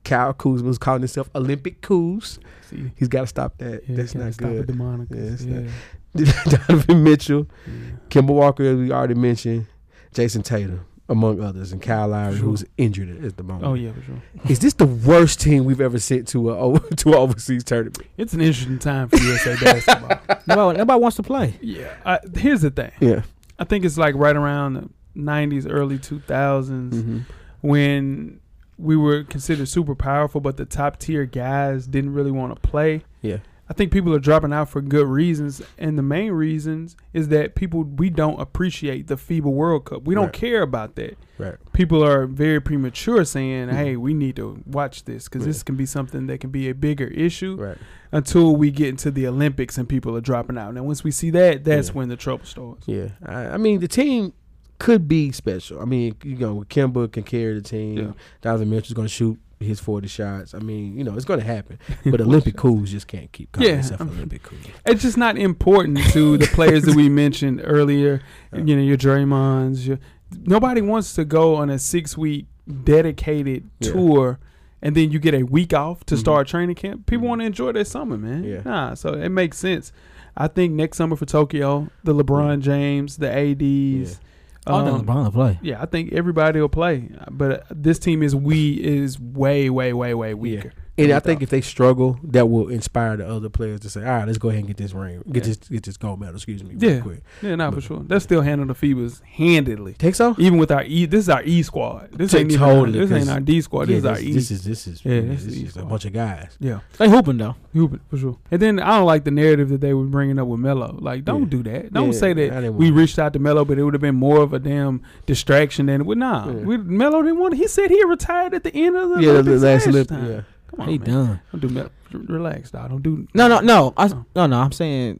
E: Kyle Kuzma's calling himself Olympic Kuz.
C: See.
E: He's got to stop that.
C: Yeah,
E: That's
C: can't
E: not
C: stop
E: good.
C: The Monica.
E: Yeah, it's
C: yeah.
E: not- Donovan Mitchell,
C: yeah.
E: Kimball Walker, as we already mentioned, Jason Tatum, among others, and Kyle Lowry,
C: Sure.
E: who's injured at- at the moment.
C: Oh yeah, for sure.
E: Is this the worst team we've ever sent to a o- to an overseas tournament?
C: It's an interesting time for USA basketball.
D: Nobody, nobody wants to play.
C: Yeah. I, here's the thing.
E: Yeah.
C: I think it's like right around the 90s, early 2000s
E: Mm.
C: when we were considered super powerful, but the top tier guys didn't really want to play.
E: Yeah.
C: I think people are dropping out for good reasons, and the main reasons is that people we don't appreciate the FIBA World Cup. We don't
E: Right.
C: care about that.
E: Right.
C: People are very premature saying,
E: Mhm.
C: "Hey, we need to watch this because
E: Yeah.
C: this can be something that can be a bigger issue."
E: Right.
C: Until we get into the Olympics and people are dropping out, and once we see that, that's
E: Yeah.
C: when the trouble starts.
E: Yeah. I, I mean, the team could be special. I mean, you know, Kimba can carry the team.
C: Yeah.
E: Donovan Mitchell's going to shoot his 40 shots. I mean, you know, it's going to happen. But Olympic cools just can't keep calling
C: Yeah,
E: themselves
C: I'm-
E: Olympic cool.
C: It's just not important to the players that we mentioned earlier. You know, your Draymonds. Your, nobody wants to go on a six week dedicated
E: Yeah.
C: tour and then you get a week off to
E: Mhm.
C: start training camp. People
E: Mhm.
C: want to enjoy their summer, man.
E: Yeah.
C: Nah, so it makes sense. I think next summer for Tokyo, the LeBron James, the ADs.
D: All the
C: um,
D: Uh, LeBron to play.
C: yeah, I think everybody will play, but uh, this team is we is way way way way weaker.
E: And
C: than
E: I
C: we
E: think
C: thought.
E: if they struggle, that will inspire the other players to say, "All right, let's go ahead and get this ring, get
C: Yeah.
E: this, get this gold medal." Excuse me, real
C: Yeah.
E: quick.
C: yeah, nah, for sure. They'll still handle the FIBA's handedly.
E: Think so?
C: Even with our E, this is our E squad. This
E: Ta-
C: ain't even our-
E: totally,
C: this ain't
E: 'cause-
C: our D squad.
E: Yeah,
C: this is our
E: this,
C: E.
E: this is this is
C: Yeah, E.
E: yeah,
C: that's
E: this,
C: the
E: is a
C: easy
E: bunch of guys.
C: yeah,
D: They hooping though.
C: Hubert, for sure. And then I don't like the narrative that they were bringing up with Melo. Like, don't
E: Yeah.
C: do that. Don't
E: Yeah,
C: say
E: I
C: that
E: didn't
C: we
E: want-
C: reached out to Melo, but it would have been more of a damn distraction than it would. Nah,
E: Yeah.
C: we, Melo didn't want. He said he retired at the end of the
E: Yeah, the,
C: Olympics
E: last
C: last
E: Olympic.
C: time.
E: Yeah,
C: Come on,
D: He
C: man.
D: done.
C: Don't do Melo. Relax, dog. Don't do.
D: No, no, no. I,
C: Oh.
D: no, no. I'm saying,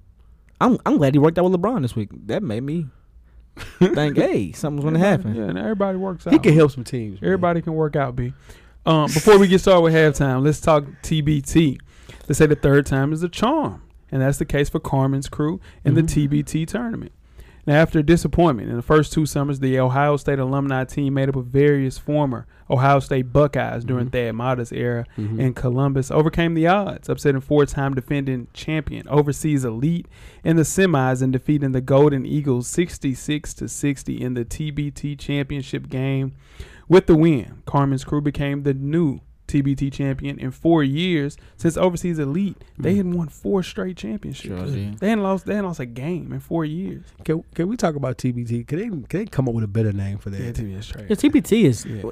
D: I'm I'm glad he worked out with LeBron this week. That made me think, hey, something's gonna
C: Everybody-
D: happen.
C: Yeah, and everybody works out.
E: he can help some teams. man.
C: Everybody can work out, B. Um, before we get started with halftime, let's talk TBT. They say the third time is the charm, and that's the case for Carmen's crew in
D: Mhm.
C: the TBT tournament. Now, after disappointment in the first two summers, the Ohio State alumni team made up of various former Ohio State Buckeyes during
E: Mhm.
C: Thad Matta's era
E: Mhm.
C: in Columbus overcame the odds, upsetting four-time defending champion overseas elite in the semis and defeating the Golden Eagles 66 to 60 in the TBT championship game. With the win, Carmen's crew became the new TBT champion in four years since overseas elite. They
E: Mm.
C: had won four straight championships.
D: Sure did.
C: They hadn't lost. They hadn't lost a game in four years.
E: can, can we talk about TBT? Can they can they come up with a better name for that?
C: TBT is trash.
D: Yeah, TBT is
C: Yeah.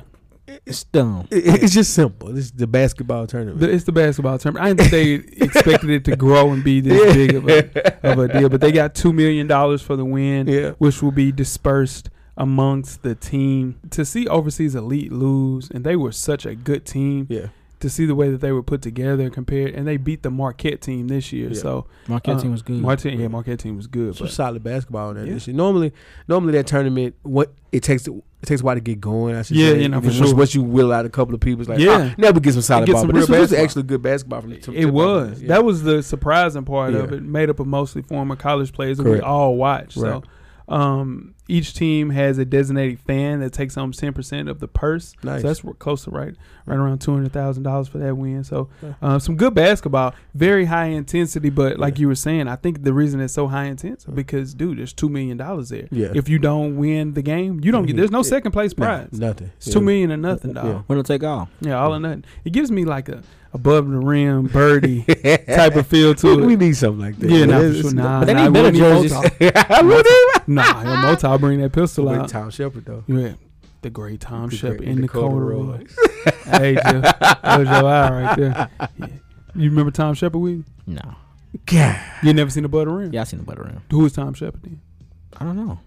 D: it's dumb.
E: It- it's just simple. This is the basketball tournament.
C: The- it's the basketball term. I didn't think they expected it to grow and be this big of a, of a deal, but they got two million dollars for the win,
E: yeah,
C: which will be dispersed amongst the team. To see overseas elite lose, and they were such a good team.
E: yeah.
C: To see the way that they were put together and compared, and they beat the Marquette team this year.
E: Yeah.
C: So
D: Marquette
C: Uh,
D: team was good.
C: Marquette, yeah, Marquette team was good.
E: Some
C: But
E: solid basketball in there.
C: Yeah.
E: this year. Normally, normally that tournament, what it takes, it takes a while to get going. I should
C: Yeah,
E: say.
C: you know, for
E: Once-
C: sure.
E: Once you will out a couple of people, it's like,
C: Yeah.
E: yeah, never get some solid
C: Get
E: ball.
C: some
E: but
C: real
E: this, was- this was
C: basketball.
E: actually good basketball from the
C: It was. That was the surprising part of
E: Yeah.
C: it, made up of mostly former college players that we
E: Correct.
C: all watch.
E: Right.
C: So um, each team has a designated fan that takes home ten percent of the purse.
E: Nice.
C: So that's wor- close to right, right around two hundred thousand dollars for that win. So
E: Yeah.
C: uh, some good basketball, very high intensity. But like
E: Yeah.
C: you were saying, I think the reason it's so high intense
E: Yeah.
C: because dude, there's two million dollars there.
E: Yeah.
C: If you don't win the game, you don't get.
E: Mhm.
C: There's no
E: Yeah.
C: second place
E: Nah,
C: prize.
E: nothing.
C: It's two
E: Yeah.
C: million or nothing,
E: Yeah.
C: dog.
D: Winner take all.
C: Yeah, all or nothing. It gives me like a above the rim birdie type of feel
E: We,
C: to
E: we
C: it.
E: need something like that.
C: Yeah, nah, for
E: it's-
C: sure.
E: it's-
C: Nah,
D: But they
C: nah,
D: need
C: we
D: better
C: don't
D: jerseys.
C: Mozart.
E: I would have-
C: Nah, yo, Motown bring that pistol
E: With
C: out.
E: Tom Shepard though.
C: Yeah, the great Tom
E: The
C: Shepard
E: great
C: in the
E: Dakota
C: corduroy.
E: Royce.
C: hey, Jeff, that was your eye right there. Yeah. You remember Tom Shepard? We
D: No.
E: God.
C: you never seen a butter rim.
D: Yeah, I seen the butter rim.
C: Who is Tom Shepard? Then
D: I don't know.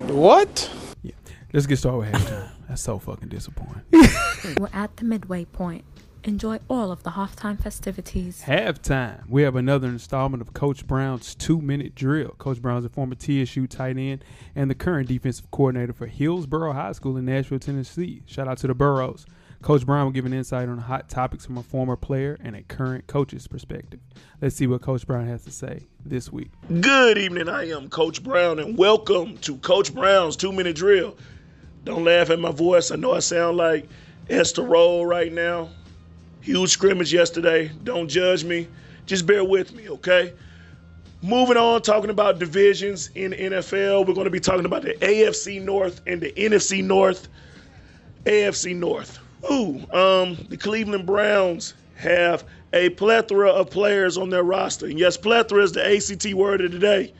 C: let's get started with halftime. That's so fucking disappointing.
B: We're at the midway point. Enjoy all of the halftime festivities.
C: Halftime. We have another installment of Coach Brown's two-minute drill. Coach Brown's a former TSU tight end and the current defensive coordinator for Hillsborough High School in Nashville, Tennessee. Shout out to the Burrows. Coach Brown will give an insight on hot topics from a former player and a current coach's perspective. Let's see what Coach Brown has to say this week.
F: Good evening. I am Coach Brown, and welcome to Coach Brown's Two Minute Drill. Don't laugh at my voice. I know I sound like Esther Roll right now. Huge scrimmage yesterday. Don't judge me. Just bear with me, okay? Moving on, talking about divisions in the NFL. We're going to be talking about the AFC North and the NFC North. AFC North. Ooh, um, the Cleveland Browns have a plethora of players on their roster. And yes, plethora is the ACT word of the day.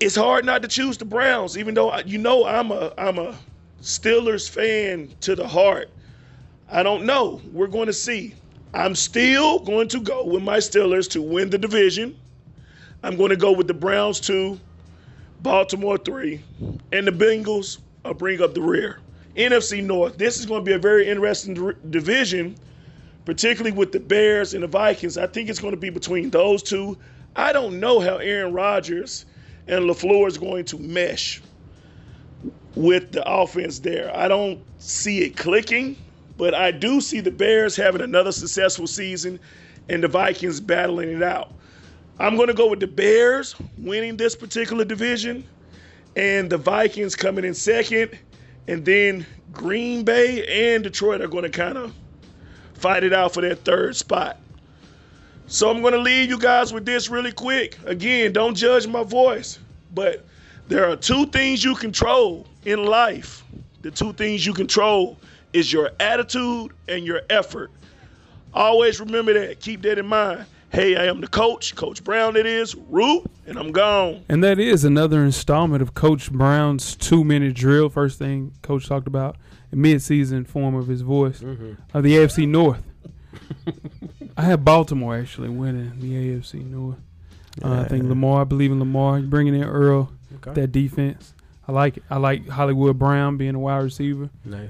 F: It's hard not to choose the Browns, even though I- you know I'm a I'm a Steelers fan to the heart. I don't know. We're going to see. I'm still going to go with my Steelers to win the division. I'm going to go with the Browns two, Baltimore three, and the Bengals uh, bring up the rear. NFC North. This is going to be a very interesting dir- division, particularly with the Bears and the Vikings. I think it's going to be between those two. I don't know how Aaron Rodgers and LaFleur is going to mesh with the offense there. I don't see it clicking, but I do see the Bears having another successful season and the Vikings battling it out. I'm going to go with the Bears winning this particular division and the Vikings coming in second. And then Green Bay and Detroit are going to kind of fight it out for that third spot. So I'm going to leave you guys with this really quick. Again, don't judge my voice, but there are two things you control in life. The two things you control is your attitude and your effort. Always remember that. Keep that in mind. Hey, I am the coach, Coach Brown it is, Root, and I'm gone.
C: And that is another installment of Coach Brown's two minute drill. First thing Coach talked about, mid season form of his voice,
E: Mm-hmm.
C: of the AFC North. I have Baltimore actually winning the AFC North. Uh, I think Lamar, I believe in Lamar. You're bringing in Earl, that defense. I like it. I like Hollywood Brown being a wide receiver.
E: Nice.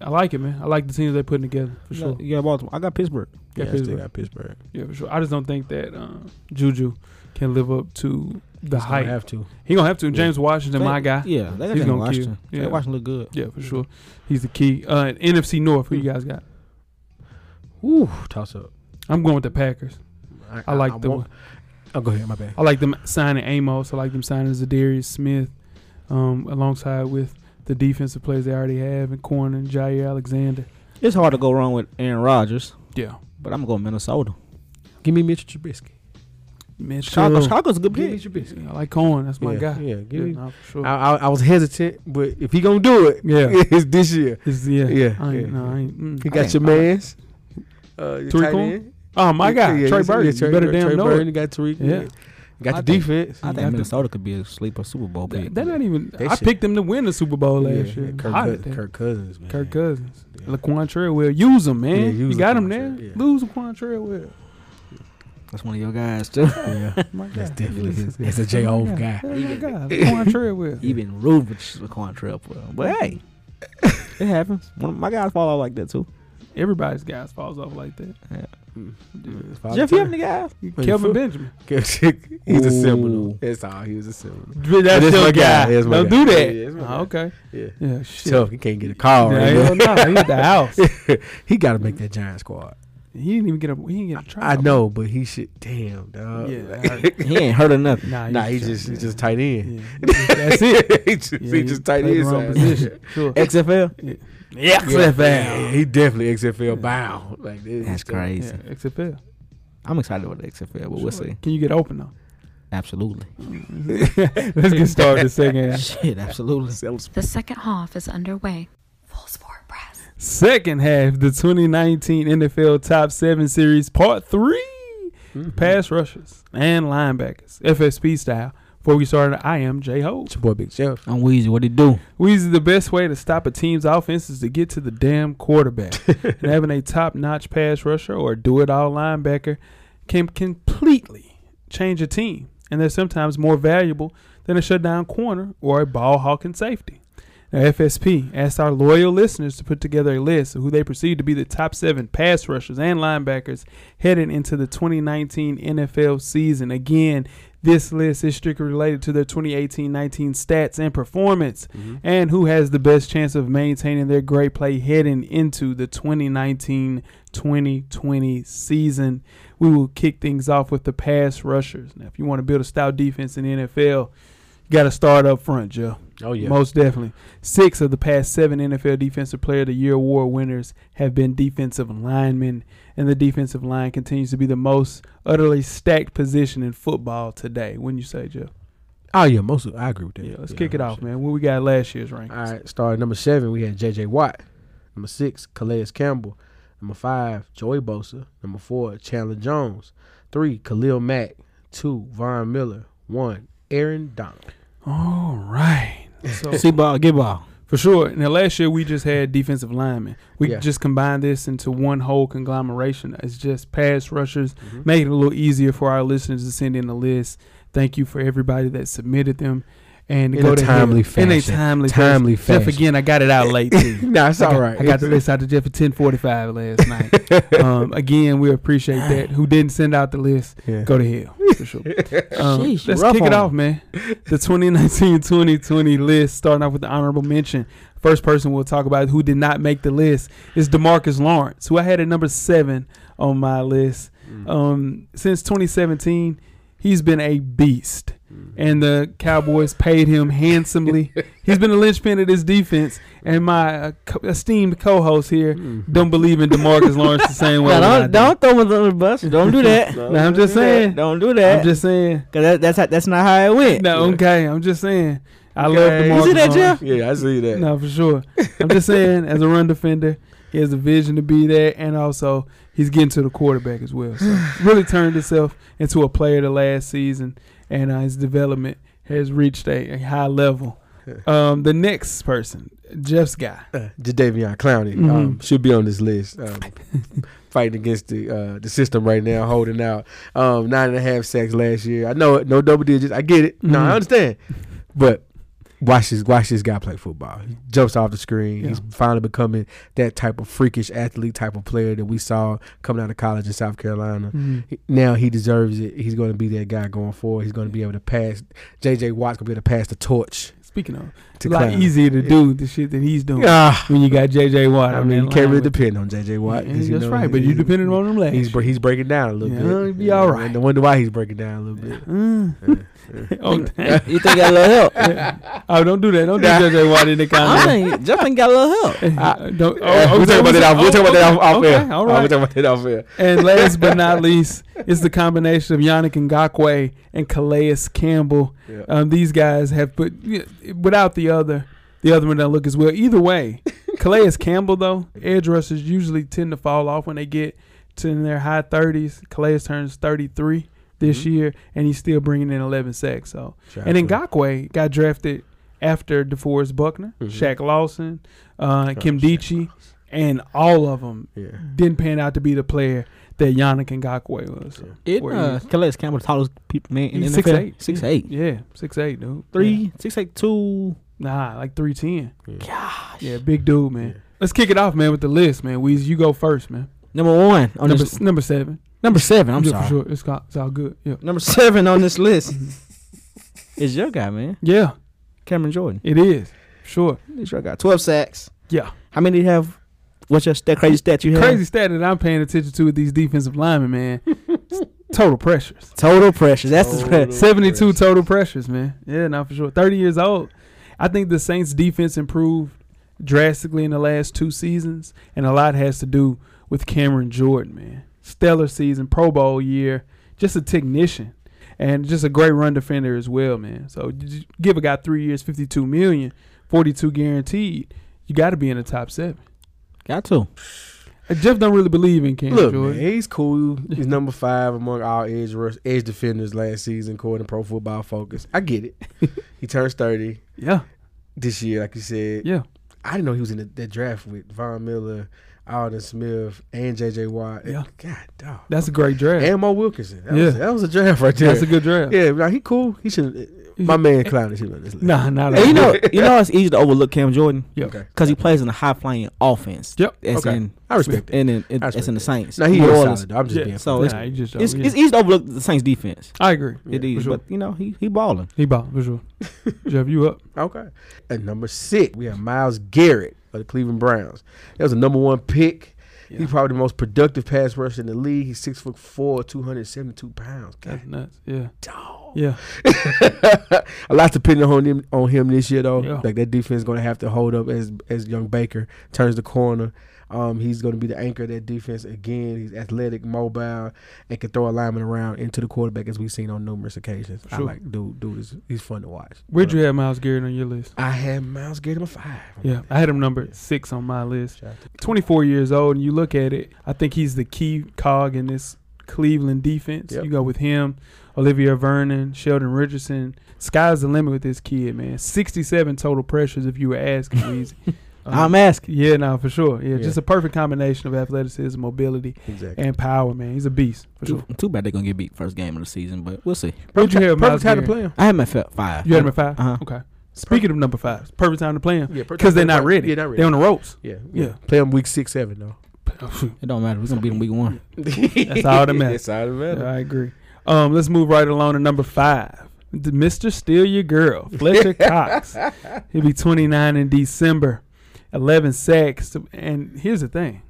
C: I like it, man. I like the teams they're putting together, for sure.
D: Yeah, Baltimore. I got Pittsburgh.
C: Yeah,
E: Yeah, I still
C: Pittsburgh.
E: got Pittsburgh.
C: Yeah, for sure. I just don't think that uh, Juju can live up to the
E: I
C: hype.
E: have to.
C: He gonna have to. James Washington,
D: They-
C: my guy.
D: Yeah, they got
C: He's
D: that
C: gonna
D: Washington.
C: kill.
D: Yeah.
C: Yeah.
D: That Washington look good.
C: Yeah, for sure. He's the key. Uh, NFC North, who you guys got?
E: Woo, toss up.
C: I'm going with the Packers. I like the-
E: want- Oh, go ahead. My bad.
C: I like them signing Amos. I like them signing Zadarius Smith, um, alongside with the defensive players they already have and corner and Jair Alexander.
D: It's hard to go wrong with Aaron Rodgers,
C: Yeah,
D: but I'm going to Minnesota.
E: Give me Mitchell Trubisky.
C: man.
D: Chicago,
C: sure.
D: Chicago's a good
E: Give
D: pick.
E: me Trubisky.
C: Yeah, I like Cohen. That's my
E: Yeah,
C: guy.
E: yeah, give me-
C: nah, for sure.
E: I, I, I was hesitant, but if he gonna do it,
C: Yeah.
E: it's this year.
C: It's- yeah,
E: Yeah,
C: I ain't,
E: yeah,
C: no, I
E: yeah.
C: ain't. Mm.
E: You got
D: think-
E: your man's. Uh, your
C: Tariq
E: tight
C: Cohen?
E: end.
C: Oh my
E: Yeah,
C: God,
E: yeah,
C: Trey
E: yeah,
C: Bird.
E: Trey
C: you better
E: Bird,
C: damn
E: Trey
C: know
E: Bird,
C: it.
E: You got Tariq.
C: Yeah.
E: Yeah. You got
D: I
E: the
D: think-
E: defense.
D: I
E: You
D: think
E: got the-
D: Minnesota could be a sleeper Super Bowl pick.
C: That, that not even.
E: They
C: I
E: should-
C: picked them to win the Super Bowl
E: Yeah,
C: lot last year.
E: yeah,
C: Hot at
E: Kirk,
C: that.
E: Cous- Kirk Cousins, man.
C: Kirk Cousins. Laquan Treadwell. Use him, man.
E: Yeah,
C: you
E: use
C: got
E: Laquan
C: him there.
E: Treadwell, yeah.
C: Lose Laquan Treadwell.
D: That's one of your guys, too.
E: Yeah,
C: My
E: that's
C: God.
E: definitely his. That's a J. O. guy.
C: Oh my God. Laquan Treadwell.
D: you been rude with Laquan Treadwell. But hey, it happens. One of my guys fall out like that, too.
C: Everybody's guys falls off like that.
D: Jeff, you have any guys?
C: Kelvin Benjamin.
E: He's a
D: Ooh.
E: Seminole. That's all. ah, He was a Seminole.
C: That's
E: That's my guy. That's my
C: Don't
E: guy.
C: do that.
E: Yeah, that's my
C: Ah,
E: guy.
C: okay.
E: Yeah.
C: Yeah. Shit.
E: Tough. He can't get a call.
C: Yeah,
E: right
C: hell
E: now.
C: nah, he at the house.
E: he got to make that giant squad.
C: He didn't even get a. He didn't get a try.
E: I know, but he should. Damn, dog.
C: Yeah.
E: Like,
C: I heard-
D: He ain't heard of nothing.
C: Nah.
E: nah, he just he just tight end.
C: Yeah. That's it.
E: he just,
C: Yeah,
E: he just tight
C: played
E: end.
C: the wrong
E: side.
C: position. Sure.
D: XFL?
E: Yeah, yeah, he definitely XFL bow. Like this
D: That's
E: is tough.
C: Yeah,
D: crazy.
C: XFL.
D: I'm excited about the XFL, but we'll see.
C: Can you get open though?
D: Absolutely.
C: Let's get started the second half.
D: Shit, absolutely.
A: The second half is underway. Full Sport Press.
C: Second half, the 2019 NFL Top 7 Series Part 3. Pass rushers and linebackers, FSP style. Before we started, I am J Ho.
E: It's your boy Big Jeff.
D: I'm Weezy. What he do?
C: Weezy, the best way to stop a team's offense is to get to the damn quarterback. and having a top notch pass rusher or do it all linebacker can completely change a team. And they're sometimes more valuable than a shutdown corner or a ball hawking safety. Now, FSP asked our loyal listeners to put together a list of who they perceive to be the top seven pass rushers and linebackers headed into the 2019 NFL season. Again, this list is strictly related to their 2018 19 stats and performance and who has the best chance of maintaining their great play heading into the 2019 2020 season. We will kick things off with the pass rushers. Now, if you want to build a stout defense in the NFL, you got to start up front, Joe.
E: Oh yeah.
C: Most definitely. Six of the past seven NFL Defensive Player of the Year award winners have been defensive linemen, and the defensive line continues to be the most utterly stacked position in football today. Wouldn't you say, Jeff?
E: oh yeah. Most of I agree with that.
C: Yeah, let's kick it
E: I'm
C: off,
E: sure.
C: man. What we got last year's rankings?
E: All right. Starting number seven, we had J.J. Watt. Number six, Calais Campbell. Number five, Joey Bosa. Number four, Chandler Jones. Three, Khalil Mack. Two, Von Miller. One, Aaron Donald.
C: All right. So
D: See ball, get ball.
C: For sure. Now last year we just had defensive linemen. We
E: Yeah.
C: just combined this into one whole conglomeration. It's just pass rushers.
E: Mm-hmm.
C: Make it a little easier for our listeners to send in the list. Thank you for everybody that submitted them. And
E: In
C: go
E: a
C: to
E: timely
C: In a
E: fashion.
C: timely,
E: Timely
C: fashion.
E: fashion.
C: Jeff again, I got it out late too.
E: nah, it's
C: I
E: all
C: got-
E: right.
C: I got the list out to Jeff at ten forty five last night. um, again, we appreciate that. Who didn't send out the list,
E: Yeah.
C: go to hell for sure. Um,
D: Sheesh,
C: let's
D: rough
C: kick it
D: on
C: off,
D: him.
C: man. The 2019-2020 list, starting off with the honorable mention. First person we'll talk about who did not make the list is Demarcus Lawrence, who I had at number seven on my list. Um, since 2017, he's been a beast,
E: uh,
C: and the Cowboys paid him handsomely. he's been a linchpin of this defense, and my uh, co- esteemed co-host here
E: Mm-hmm.
C: don't believe in Demarcus Lawrence the same way.
D: Now,
C: that I
D: don't,
C: do.
D: don't throw us under the bus. Don't do that.
C: No, I'm just saying.
D: Don't do that.
C: I'm just saying.
D: Cause that, that's how, that's not how it went.
C: No, okay. I'm just saying. I love
E: Okay.
C: Demarcus.
D: You see that,
C: Lawrence.
D: Jeff?
E: yeah, I see that.
C: No, for sure. I'm just saying, as a run defender, he has a vision to be there, and also he's getting to the quarterback as well. So really turned himself into a player the last season, and uh, his development has reached a, a high level. Um, the next person, Jeff's guy.
E: Uh, Jadavion Clowney um, should be on this list. Um, fighting against the uh, the system right now, holding out. Um, nine and a half sacks last year. I know it, no double digits. I get it. No,
C: Mhm.
E: I understand. But watch this watch this guy play football. He jumps off the screen.
C: Yeah.
E: He's finally becoming that type of freakish athlete type of player that we saw coming out of college in South Carolina.
C: Mm-hmm.
E: He- Now he deserves it. He's going to be that guy going forward. He's going to be able to pass. J.J. Watt's going to be able to pass the torch
C: Speaking of, it's
E: to
C: a lot
E: Clowney.
C: easier to do the shit that he's doing
E: Ah.
C: when you got JJ Watt.
E: I
C: on
E: mean,
C: that
E: you can't
C: line
E: really
C: with-
E: depend on JJ Watt. 'cause
C: Yeah,
E: you
C: that's
E: know,
C: right, but you
E: he's-
C: depended on him last
E: He's
C: year.
E: br- he's breaking down a little
C: Yeah,
E: bit.
C: he'll be all right.
E: I wonder why he's breaking down a little bit.
C: Mm. Oh, damn.
D: You think I love help?
C: oh, don't do that. Don't do JJ Watt in the
D: I
C: comments.
D: think Jeff ain't got a little help.
C: Uh, don't-
E: Uh,
C: oh,
E: we'll
C: okay,
E: talk about
C: we
E: that
C: said-
E: off. We'll talk about that
C: oh,
E: off, off
C: okay, All
E: air. Uh, We'll
C: right.
E: talk about that off air.
C: and last but not least is the combination of Yannick Ngakwe and Calais Campbell.
E: Yeah.
C: Um, these guys have put yeah, without the other, the other one don't look as well. Either way, Calais Campbell though, edge rushers usually tend to fall off when they get to in their high thirties. Calais turns thirty three this year, and he's still bringing in eleven sacks. So. And then Ngakwe got drafted after DeForest Buckner, Shaq Lawson, uh, Kim Dichie, and all of them
E: Yeah.
C: didn't pan out to be the player that Yannick Ngakwe was. So,
D: It
C: where
D: uh,
C: he-
D: Calais Campbell, the tallest people man in the
C: He's 6'8".
D: NFL. Six eight.
C: yeah, six eight, dude.
D: Three, six eight two.
C: Nah, like three ten. Gosh. Yeah, big dude, man. Let's kick it off, man, with the list, man. Weez, you go first, man.
D: Number one on
C: number
D: this.
C: s- number seven.
D: number seven. I'm
C: Yeah,
D: sorry.
C: For sure. It's, got, it's all good. Yeah.
D: Number seven on this list is your guy, man,
C: Yeah,
D: Cameron Jordan.
C: it is. Sure.
D: It's your guy. Twelve sacks.
C: Yeah.
D: How many do you have? What's your that crazy stat you have?
C: Crazy stat that I'm paying attention to with these defensive linemen, man. It's total pressures.
D: total pressures. That's the
E: Total.
D: spread.
C: 72 total pressures, man. Yeah, not for sure. 30 years old. I think the Saints defense improved drastically in the last two seasons, and a lot has to do with Cameron Jordan, man. Stellar season, Pro Bowl year, just a technician. And just a great run defender as well, man. So j- j- give a guy three years, fifty-two million, forty-two guaranteed. You got to be in the top seven.
D: Got to.
C: Uh, Jeff don't really believe in Cam
E: Look,
C: Jordan.
E: man, he's cool. He's number five among all edge rush, edge defenders last season, according to Pro Football Focus. I get it. he turns thirty
C: Yeah,
E: this year, like you said.
C: yeah.
E: I didn't know he was in the, that draft with Von Miller, Alden Smith, and J.J. Watt.
C: Yeah.
E: God, dog.
C: That's a great draft.
E: And Mo Wilkinson. That,
C: Yeah.
E: was, that was a draft right there.
C: That's a good draft.
E: Yeah, nah, he cool. He should. My man Clowney should be on this list.
C: Nah, not
D: And you know, you know, it's easy to overlook Cam Jordan
C: Yeah.
E: Okay.
D: because he plays in a high flying offense.
C: Yep.
D: As
E: Okay.
D: in,
E: I respect that.
D: and in, in,
E: I
D: as
E: respect
D: in the
E: that.
D: Saints.
E: Nah, he
D: New
E: is
D: Orleans.
E: solid. though. I'm just
C: Yeah.
E: being.
D: So
C: Nah,
D: it's,
C: he just-
D: it's,
C: yeah.
D: it's easy to overlook the Saints defense.
C: I agree.
D: It
C: Yeah,
D: is,
C: for sure.
D: but you know, he he balling.
C: He bought for sure. Jeff, you up?
E: Okay. At number six, we have Miles Garrett of the Cleveland Browns. That was a number one pick. He's probably the most productive pass rusher in the league. He's six foot four, two hundred seventy two pounds. God
C: That's nuts. Yeah,
E: dog.
C: yeah,
E: a lot depending on him on him this year though.
C: Yeah.
E: Like that defense is going to have to hold up as as young Baker turns the corner. Um, he's going to be the anchor of that defense again. He's athletic, mobile, and can throw a lineman around into the quarterback as we've seen on numerous occasions. I
C: Sure.
E: like dude. Dude is he's fun to watch.
C: Where'd you have Miles Garrett on your list?
E: I had Miles Garrett number five.
C: Yeah, I had him number six on my list. 24 years old, and you look at it, I think he's the key cog in this Cleveland defense.
E: Yep.
C: You go with him, Olivia Vernon, Sheldon Richardson. Sky's the limit with this kid, man. 67 total pressures, if you were asking, Weezy. Um,
D: I'm asking.
C: yeah, no, for sure. Yeah,
E: Yeah.
C: just a perfect combination of athleticism, mobility,
E: Exactly.
C: and power, man. He's a beast, for
D: Too,
C: sure.
D: too bad they're gonna get beat first game of the season, but we'll see.
C: Who'd you have
E: Perfect time to
C: Myles
E: play him.
D: I had my fi- five.
C: You had him at 5
D: Uh-huh.
C: Okay. Speaking of number five, perfect time to play him
E: Yeah, perfect
C: because
E: time
C: they're
E: to
C: not
E: play.
C: ready.
E: Yeah, not ready.
C: They're on the ropes.
E: Yeah,
C: Yeah.
E: yeah. Play him week six, seven though.
D: It don't matter. We're gonna beat them week one.
C: That's all that matters.
E: That's all that matters.
C: Yeah, I agree. Um, let's move right along to number five. The Mr. Steal Your Girl, Fletcher Cox. He'll be 29 in December, 11 sacks. And here's the thing,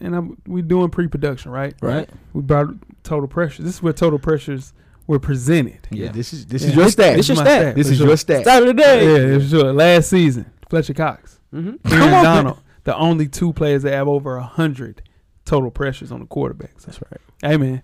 C: and I'm, we doing pre-production, right?
D: Right?
C: We brought total pressure. This is where total pressures were presented.
E: Yeah, this is this
C: Yeah.
E: is your stat.
D: This
E: This,
D: your
C: my
D: stat.
C: for
E: is
C: sure.
E: your stat.
D: Start of the day.
C: Yeah, for sure. Last season, Fletcher Cox,
E: Mhm.
C: Aaron
D: Come on,
C: Donald, the only two players that have over hundred total pressures on the quarterbacks.
E: That's right.
C: Hey man,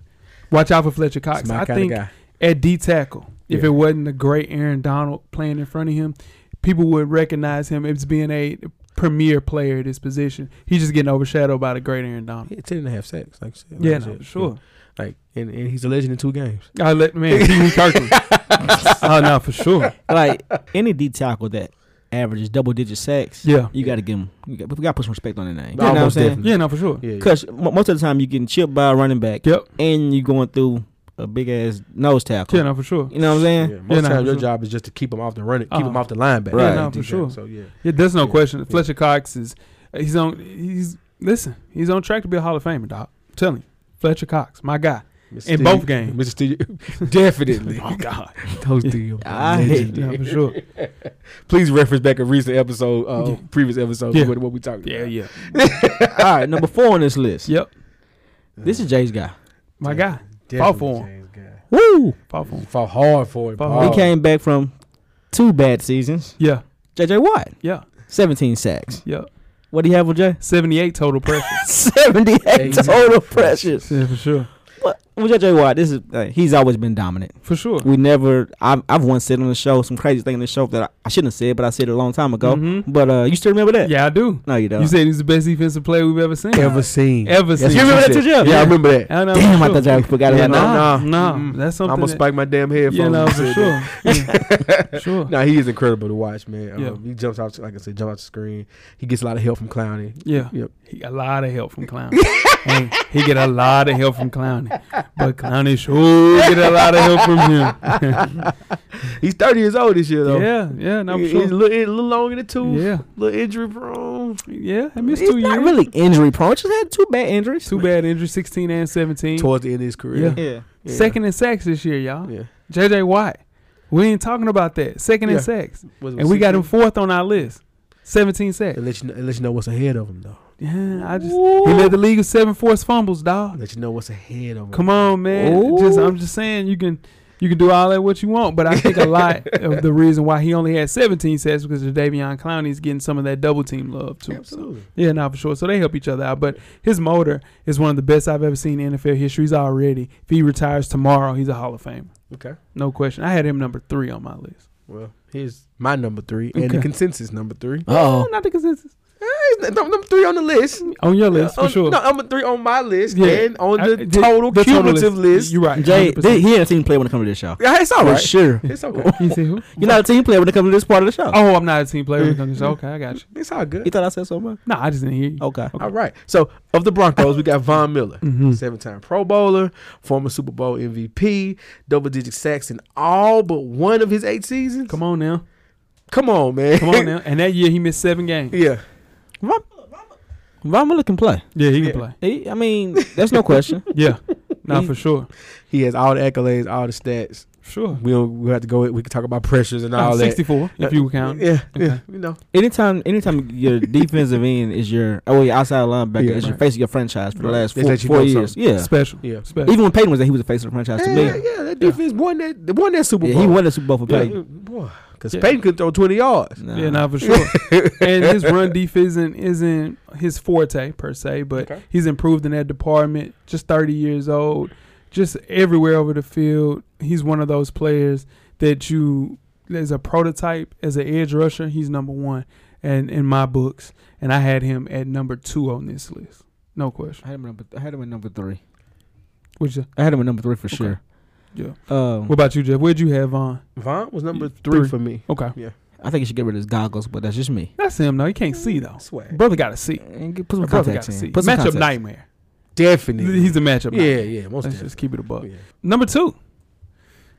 C: watch out for Fletcher Cox.
E: It's my
C: I
E: kinda
C: think
E: guy.
C: at D tackle, if
E: Yeah.
C: it wasn't the great Aaron Donald playing in front of him, people would recognize him as being a premier player at his position. He's just getting overshadowed by the great Aaron Donald.
E: He had ten and a half sacks, like you said.
C: Yeah,
E: Like you
C: no,
E: said.
C: for sure.
E: Yeah. Like and, and he's a legend in two games.
C: I let man Pee Wee Kirkland. oh no, for sure.
D: like any D tackle that averages double digit sacks,
C: Yeah.
D: you got to give him. You got, we got to put some respect on their name. You know what I'm
E: Almost
D: saying?
E: definitely.
C: Yeah, no, for sure.
E: Yeah, yeah.
D: Because most of the time you getting chipped by a running back,
C: Yep.
D: and you going through a big ass nose tackle.
C: Yeah, no, for sure.
D: You know what I'm saying?
E: Yeah, most
C: no,
E: times
C: for
E: your
C: sure.
E: job is just to keep him off the run, keep him
C: Uh-huh.
E: off the linebacker.
D: Yeah,
C: no, for
E: D-tackle,
C: sure.
E: So yeah,
C: Yeah, there's no
E: Yeah.
C: question.
E: Yeah.
C: Fletcher Cox is uh, he's on he's listen, he's on track to be a Hall of Famer, dog. I'm telling you. Fletcher Cox, my guy.
E: Mr.
C: In
E: Steele-
C: both games.
E: Mr. Steele, definitely.
C: Oh God.
E: Those deals.
D: I hate
C: Yeah, for sure.
E: Please reference back a recent episode, uh, previous episode,
C: Yeah.
E: what, what we talked
C: Yeah,
E: about.
C: yeah.
D: All right, number four on this list.
C: Yep.
D: This is Jay's guy.
C: My guy.
E: Definitely
C: Fall for him.
E: James guy.
D: Woo!
C: Fall for him.
E: Fought hard for it.
C: Fought
E: bro.
C: hard.
D: He came back from two bad seasons.
C: Yeah,
D: JJ Watt,
C: yeah,
D: 17 sacks.
C: yeah.
D: What do you have with Jay?
C: Seventy-eight total pressures.
D: 78 total pressures.
C: yeah, for sure.
D: What with JJ Watt? This is like, he's always been dominant.
C: For sure.
D: We never. I've, I've once said on the show some crazy thing on the show that I, I shouldn't have said, but I said it a long time ago.
C: Mhm.
D: But uh, you still remember that?
C: Yeah, I do.
D: No, you don't.
C: You said he's the best defensive player we've ever seen.
E: Ever seen.
C: Ever
E: That's
C: seen.
E: what
D: You remember
E: she
D: that
E: said.
D: too, Jeff?
E: Yeah, I remember that.
C: I know,
D: Damn,
C: for
D: I
C: sure.
D: thought I forgot
E: Yeah,
D: about
E: no.
D: that.
C: Nah,
E: nah.
C: nah,
E: Mm-mm.
C: That's
E: I'm
C: something.
E: gonna spike my damn headphones.
C: Yeah, no,
E: when
C: for
E: you said
C: sure. Yeah.
E: that.
C: Sure.
E: Nah, he is incredible to watch, man.
C: Yeah.
E: Um, he jumps out, like I said, jump out the screen. He gets a lot of help from Clowney.
C: Yeah.
E: Yep.
C: He got a lot of help from Clowney. hey, he get a lot of help from Clowney. But Clowney sure get a lot of help from him.
E: He's 30 years old this year, though.
C: yeah, yeah, no, for
E: He- He's a
C: sure.
E: little, a little long in the tooth.
C: Yeah.
E: Little injury prone.
C: Yeah, I missed
D: He's
C: two
D: not
C: years.
D: really injury prone. Just had two bad injuries.
C: Too bad injury, 16 and 17.
E: Towards the end of his career.
C: Yeah.
D: Yeah.
E: Yeah.
C: Second in sacks this year, y'all.
E: Yeah.
C: JJ Watt. We ain't talking about that. Second in
E: Yeah.
C: sacks.
E: Was it
C: And we got him
E: 16?
C: fourth on our list. 17 sacks.
E: It lets you know, it lets you know what's ahead of him, though.
C: Yeah, I just he led the league with seven forced fumbles, dog.
E: Let you know what's ahead of him.
C: Come on, man. Just
D: Ooh.
C: I'm just saying you can you can do all that what you want, but I think a lot of the reason why he only had 17 sacks because of Davion Clowney's getting some of that double team love too. So,
E: Absolutely.
C: yeah, nah, for sure. So they help each other out. But his motor is one of the best I've ever seen in NFL history. He's already. If he retires tomorrow, he's a Hall of Famer.
E: Okay.
C: No question. I had him number three on my list.
E: Well, here's my number three and
C: Okay.
E: the consensus number three. Eh,
D: Oh,
C: Oh, not the consensus.
E: It's n- Number three on the list.
C: On your list,
E: Uh,
C: for sure.
E: No, number three on my list
C: Yeah.
E: and on
C: I-
E: the total
C: the total
E: cumulative list.
C: You're right.
D: Jay,
C: 100%.
D: th- he ain't a team player when it comes to this show.
E: Yeah, it's all
D: For
E: right.
D: sure.
E: It's okay.
C: You say who?
D: You're not a team player when it comes to this part of the show.
C: Oh, I'm not a team player. when it comes to- okay, I got you.
E: It's all good.
D: You thought I said so much?
C: No, I just didn't hear you.
D: Okay.
E: All right. So of the Broncos, we got Von Miller,
C: Mm-hmm.
E: seven-time Pro Bowler, former Super Bowl MVP, double-digit sacks in all but one of his eight seasons.
C: Come on now.
E: come on, man.
C: Come on now. And that year he missed seven games.
E: yeah.
D: Von Von Miller can play.
C: Yeah, he can play.
D: He, I mean, that's no question.
C: Yeah. Not for sure.
E: He has all the accolades, all the stats.
C: Sure.
E: We don't, we have to go. We can talk about pressures and all
C: Uh,
E: that.
C: 64, if you count.
E: Yeah, yeah.
C: Okay.
E: You know,
D: Anytime, anytime your defensive end is your, oh, your outside linebacker
E: Yeah.
D: is your
C: Right.
D: face of your franchise for the
E: Right.
D: last
E: They
D: four,
E: let you
D: four
E: know
D: years.
E: something.
D: Yeah.
C: Special.
E: Yeah.
C: Special.
D: Even when Peyton was there, he was the face of the franchise to
E: yeah,
D: me.
E: yeah, that defense won that. They won that Super
D: Yeah,
E: Bowl.
D: he won the Super Bowl for
E: Yeah,
D: Peyton.
E: boy, because
C: Yeah.
E: Peyton could throw twenty yards.
D: Nah.
C: Yeah, not for sure. and his run defense isn't, isn't his forte per se, but
E: Okay.
C: he's improved in that department. Just 30 years old, just everywhere over the field. He's one of those players that you, as a prototype, as an edge rusher, he's number one and in my books. And I had him at number two on this list. No question.
D: I had him number. I had him at number three.
C: What you?
D: I had him at number three for sure.
C: Yeah.
D: Um,
C: What about you, Jeff? Where'd you have on?
E: Vaughn was number three,
C: Three.
E: for me.
C: Okay,
D: I think you should get rid of his goggles, but that's just me.
C: that's him. though. he can't see though.
E: Swag.
C: Brother got to see.
D: And get- put some
C: Brother got
D: contacts
C: to see.
D: in. Put some
C: Matchup
D: contacts.
C: nightmare.
E: Definitely.
C: He's a matchup.
E: yeah,
C: nightmare.
E: yeah, most
C: Let's
E: definitely.
C: just keep it above.
E: Yeah.
C: Number two,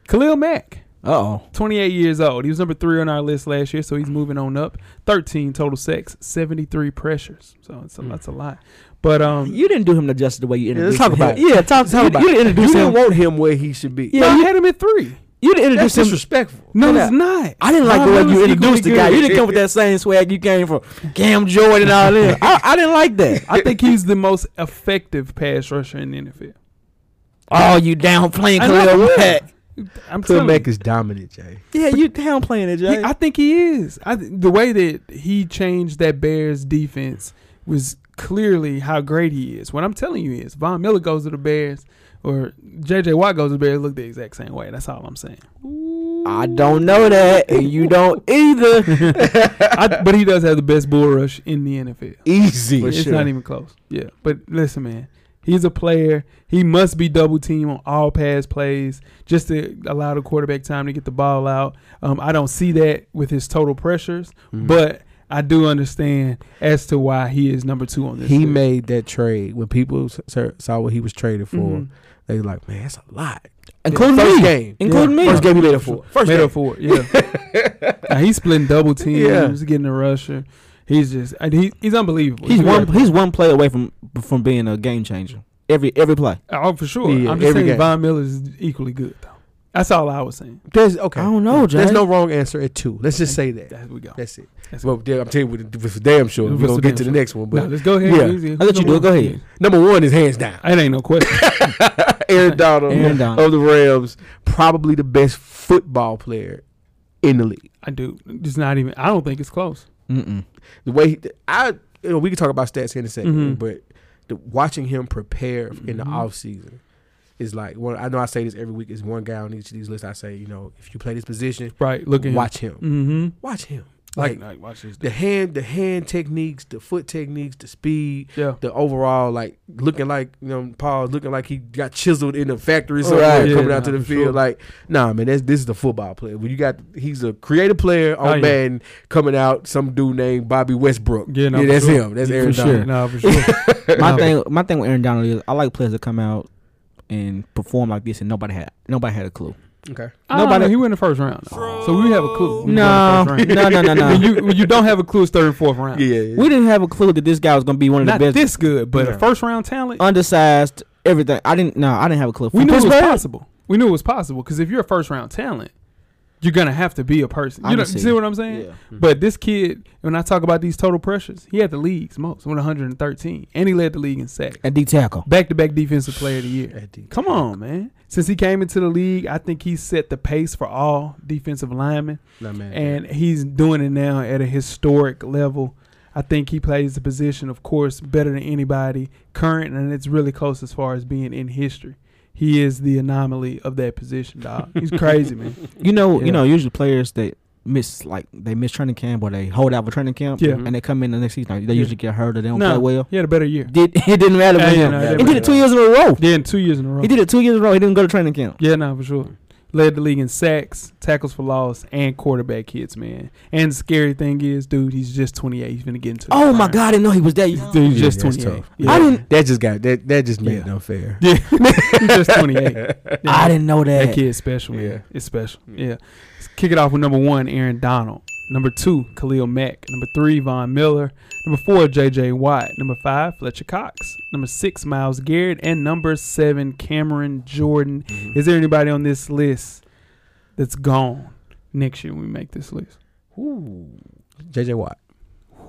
C: Khalil Mack.
D: Uh-oh.
C: 28 years old. He was number three on our list last year, so he's moving on up. 13 total sacks, 73 pressures. So it's a, that's a lot. But um,
D: Hmm. You didn't do him the justice the way you
E: Yeah, let's
D: introduced
E: talk
D: him.
E: about it.
D: Yeah, talk,
E: Talk
D: you,
E: about
D: you
E: it.
D: didn't introduce
E: You didn't
D: him.
E: want him where he should be.
D: Yeah,
C: no, I
D: you-
C: had him at three.
D: you didn't
E: That's
D: introduce him.
E: disrespectful.
C: No,
D: Yeah.
C: it's not.
D: I didn't like the
C: Ron
D: way
C: Rivers
D: you
C: is
D: introduced the
C: equally
D: guy. You
C: good.
D: didn't come with that same swag you came from Cam Jordan and all that. I, I didn't like that.
C: I think he's the most effective pass rusher in the NFL.
D: Oh, you downplaying
C: I know,
D: Khalil
C: yeah.
D: Mack.
C: I'm
E: Khalil
C: telling
E: Mack
C: you,
E: is dominant, Jay.
D: Yeah, you downplaying it,
C: he,
D: Jay.
C: I think he is. I, th- the way that he changed that Bears defense was clearly how great he is. What I'm telling you is, Von Miller goes to the Bears, or J.J. Watt goes to the Bears. Look the exact same way. That's all I'm saying.
D: I don't know that, and you don't either.
C: I, but he does have the best bull rush in the NFL.
E: Easy.
D: For
C: it's
D: sure.
C: not even close. Yeah. But listen, man, he's a player. He must be double team on all pass plays just to allow the quarterback time to get the ball out. Um, I don't see that with his total pressures,
D: Mm-hmm.
E: Mm-hmm.
C: but I do understand as to why he is number two on this.
E: He
C: list.
E: made that trade when people s- s- saw what he was traded for.
C: Mhm.
E: They were like, man, that's a lot.
D: Mm-hmm. Including
E: First
D: me.
E: game.
D: Including
E: First
D: me.
E: game he made it for. First
C: made
E: game.
C: up for it. Yeah. Now, he's splitting double teams,
E: Yeah.
C: getting a rusher. He's just and he, he's unbelievable.
D: He's
C: He's
D: one.
C: great.
D: He's one play away from from being a game changer. Every every play.
C: Oh, for sure.
E: Yeah,
C: I'm just
E: every
C: saying
E: game.
C: Von Miller is equally good though. That's all I was saying.
E: There's, okay.
D: I don't know, Jay.
E: There's no wrong answer at two. Let's just say that.
C: There we go.
E: That's it.
C: That's
E: Well, damn, I'm telling you, with- with damn sure,
C: With
E: we're going
C: the
E: to
C: damn
E: get to the
C: sure.
E: next one.
C: No,
E: But
C: let's go ahead.
E: Yeah.
C: Easy.
D: I let you do
C: Number
D: it. Go
C: one.
D: ahead.
E: number one is hands down.
C: It ain't no question.
E: Aaron Donald
D: Aaron Donald.
E: of the Rams, probably the best football player in the league.
C: I do. It's not even. I don't think it's close.
D: Mm-mm.
E: The way he, I, you know, we can talk about stats here in a 2nd
C: Mhm.
E: but the, watching him prepare in the
C: Mm-hmm.
E: off season is like one. I know I say this every week. Is one guy on each of these lists. I say, you know, if you play this position,
C: Right. Look at
E: watch him.
C: him.
E: Watch him.
C: Mm-hmm. Like, like, watch this.
E: the hand, the hand techniques, the foot techniques, the speed,
C: Yeah.
E: the overall like looking like you know Paul looking like he got chiseled in the factory somewhere
C: Right. Yeah,
E: coming
C: nah,
E: out to the
C: for
E: field.
C: sure.
E: Like, nah, man, that's, this is the football player. When you got he's a creative player on
C: Oh, yeah.
E: Madden coming out, some dude named Bobby Westbrook.
C: Yeah, no, for
E: that's
C: sure.
E: him. That's
D: Yeah,
E: Aaron
D: for
E: Donald.
D: sure.
C: No, for sure.
D: my
C: No.
D: thing, my thing with Aaron Donald is I like players that come out and perform like this, and nobody had nobody had a clue.
E: Okay,
C: Nobody.
D: Nobody-
C: he went in the first round. though. So we have a clue. when you
D: Oh. No,
C: go in the first
D: no,
C: round.
D: no, no, no.
C: When you, when you don't have a clue, it's third and fourth round.
E: yeah, yeah.
D: We didn't have a clue that this guy was gonna be one of
C: Not
D: the best,
C: this good, but
E: Yeah.
C: a first round talent.
D: undersized, everything. I didn't. No, I didn't have a clue.
C: we
D: From
C: knew it was
D: Pittsburgh?
C: possible. We knew it was possible because if you're a first round talent, you're gonna have to be a person.
D: I
C: You know,
D: can see.
C: see what I'm saying?
D: Yeah. Mm-hmm.
C: But this kid, when I talk about these total pressures, he had the league's most, 113, and he led the league in sacks.
D: At D tackle.
C: Back to back defensive player of the year.
E: At the-
C: Come on, man. Since he came into the league, I think he set the pace for all defensive linemen,
E: Nah, man.
C: and he's doing it now at a historic level. I think he plays the position, of course, better than anybody current, and it's really close as far as being in history. He is the anomaly of that position, dog. He's crazy, man.
D: You know,
C: Yeah.
D: you know, usually players that miss like they miss training camp or they hold out for training camp,
C: Yeah.
D: and they come in the next season. They
C: Yeah.
D: usually get hurt or they don't
C: No.
D: play well.
C: He had a better year.
D: Did it didn't matter
C: Yeah,
D: for
C: yeah,
D: him?
C: no, it
D: he
C: didn't
D: did
C: matter
D: it two years in a row.
C: Then two years in a row.
D: He did it two years in a row. He didn't go to training camp.
C: Yeah, no, for sure. Led the league in sacks, tackles for loss, and quarterback hits, man. And the scary thing is, dude, he's just 28. He's going to get into the
D: Oh my
C: prime.
D: God! I didn't know he was that. young.
C: Dude, he's
E: Yeah,
C: just
E: that's
C: 28.
E: tough.
C: Yeah.
D: I didn't.
E: that just got that. That just made
C: Yeah.
E: it unfair.
C: Yeah. he's just 28. Yeah.
D: I didn't know
C: That
D: that.
C: kid's special, man.
E: Yeah.
C: It's special. Yeah. Let's kick it off with number one, Aaron Donald. Number two, Khalil Mack. Number three, Von Miller. Number four, J.J. Watt. Number five, Fletcher Cox. Number six, Miles Garrett. And number seven, Cameron Jordan.
E: Mm-hmm.
C: Is there anybody on this list that's gone next year when we make this list?
E: Ooh. JJ Watt.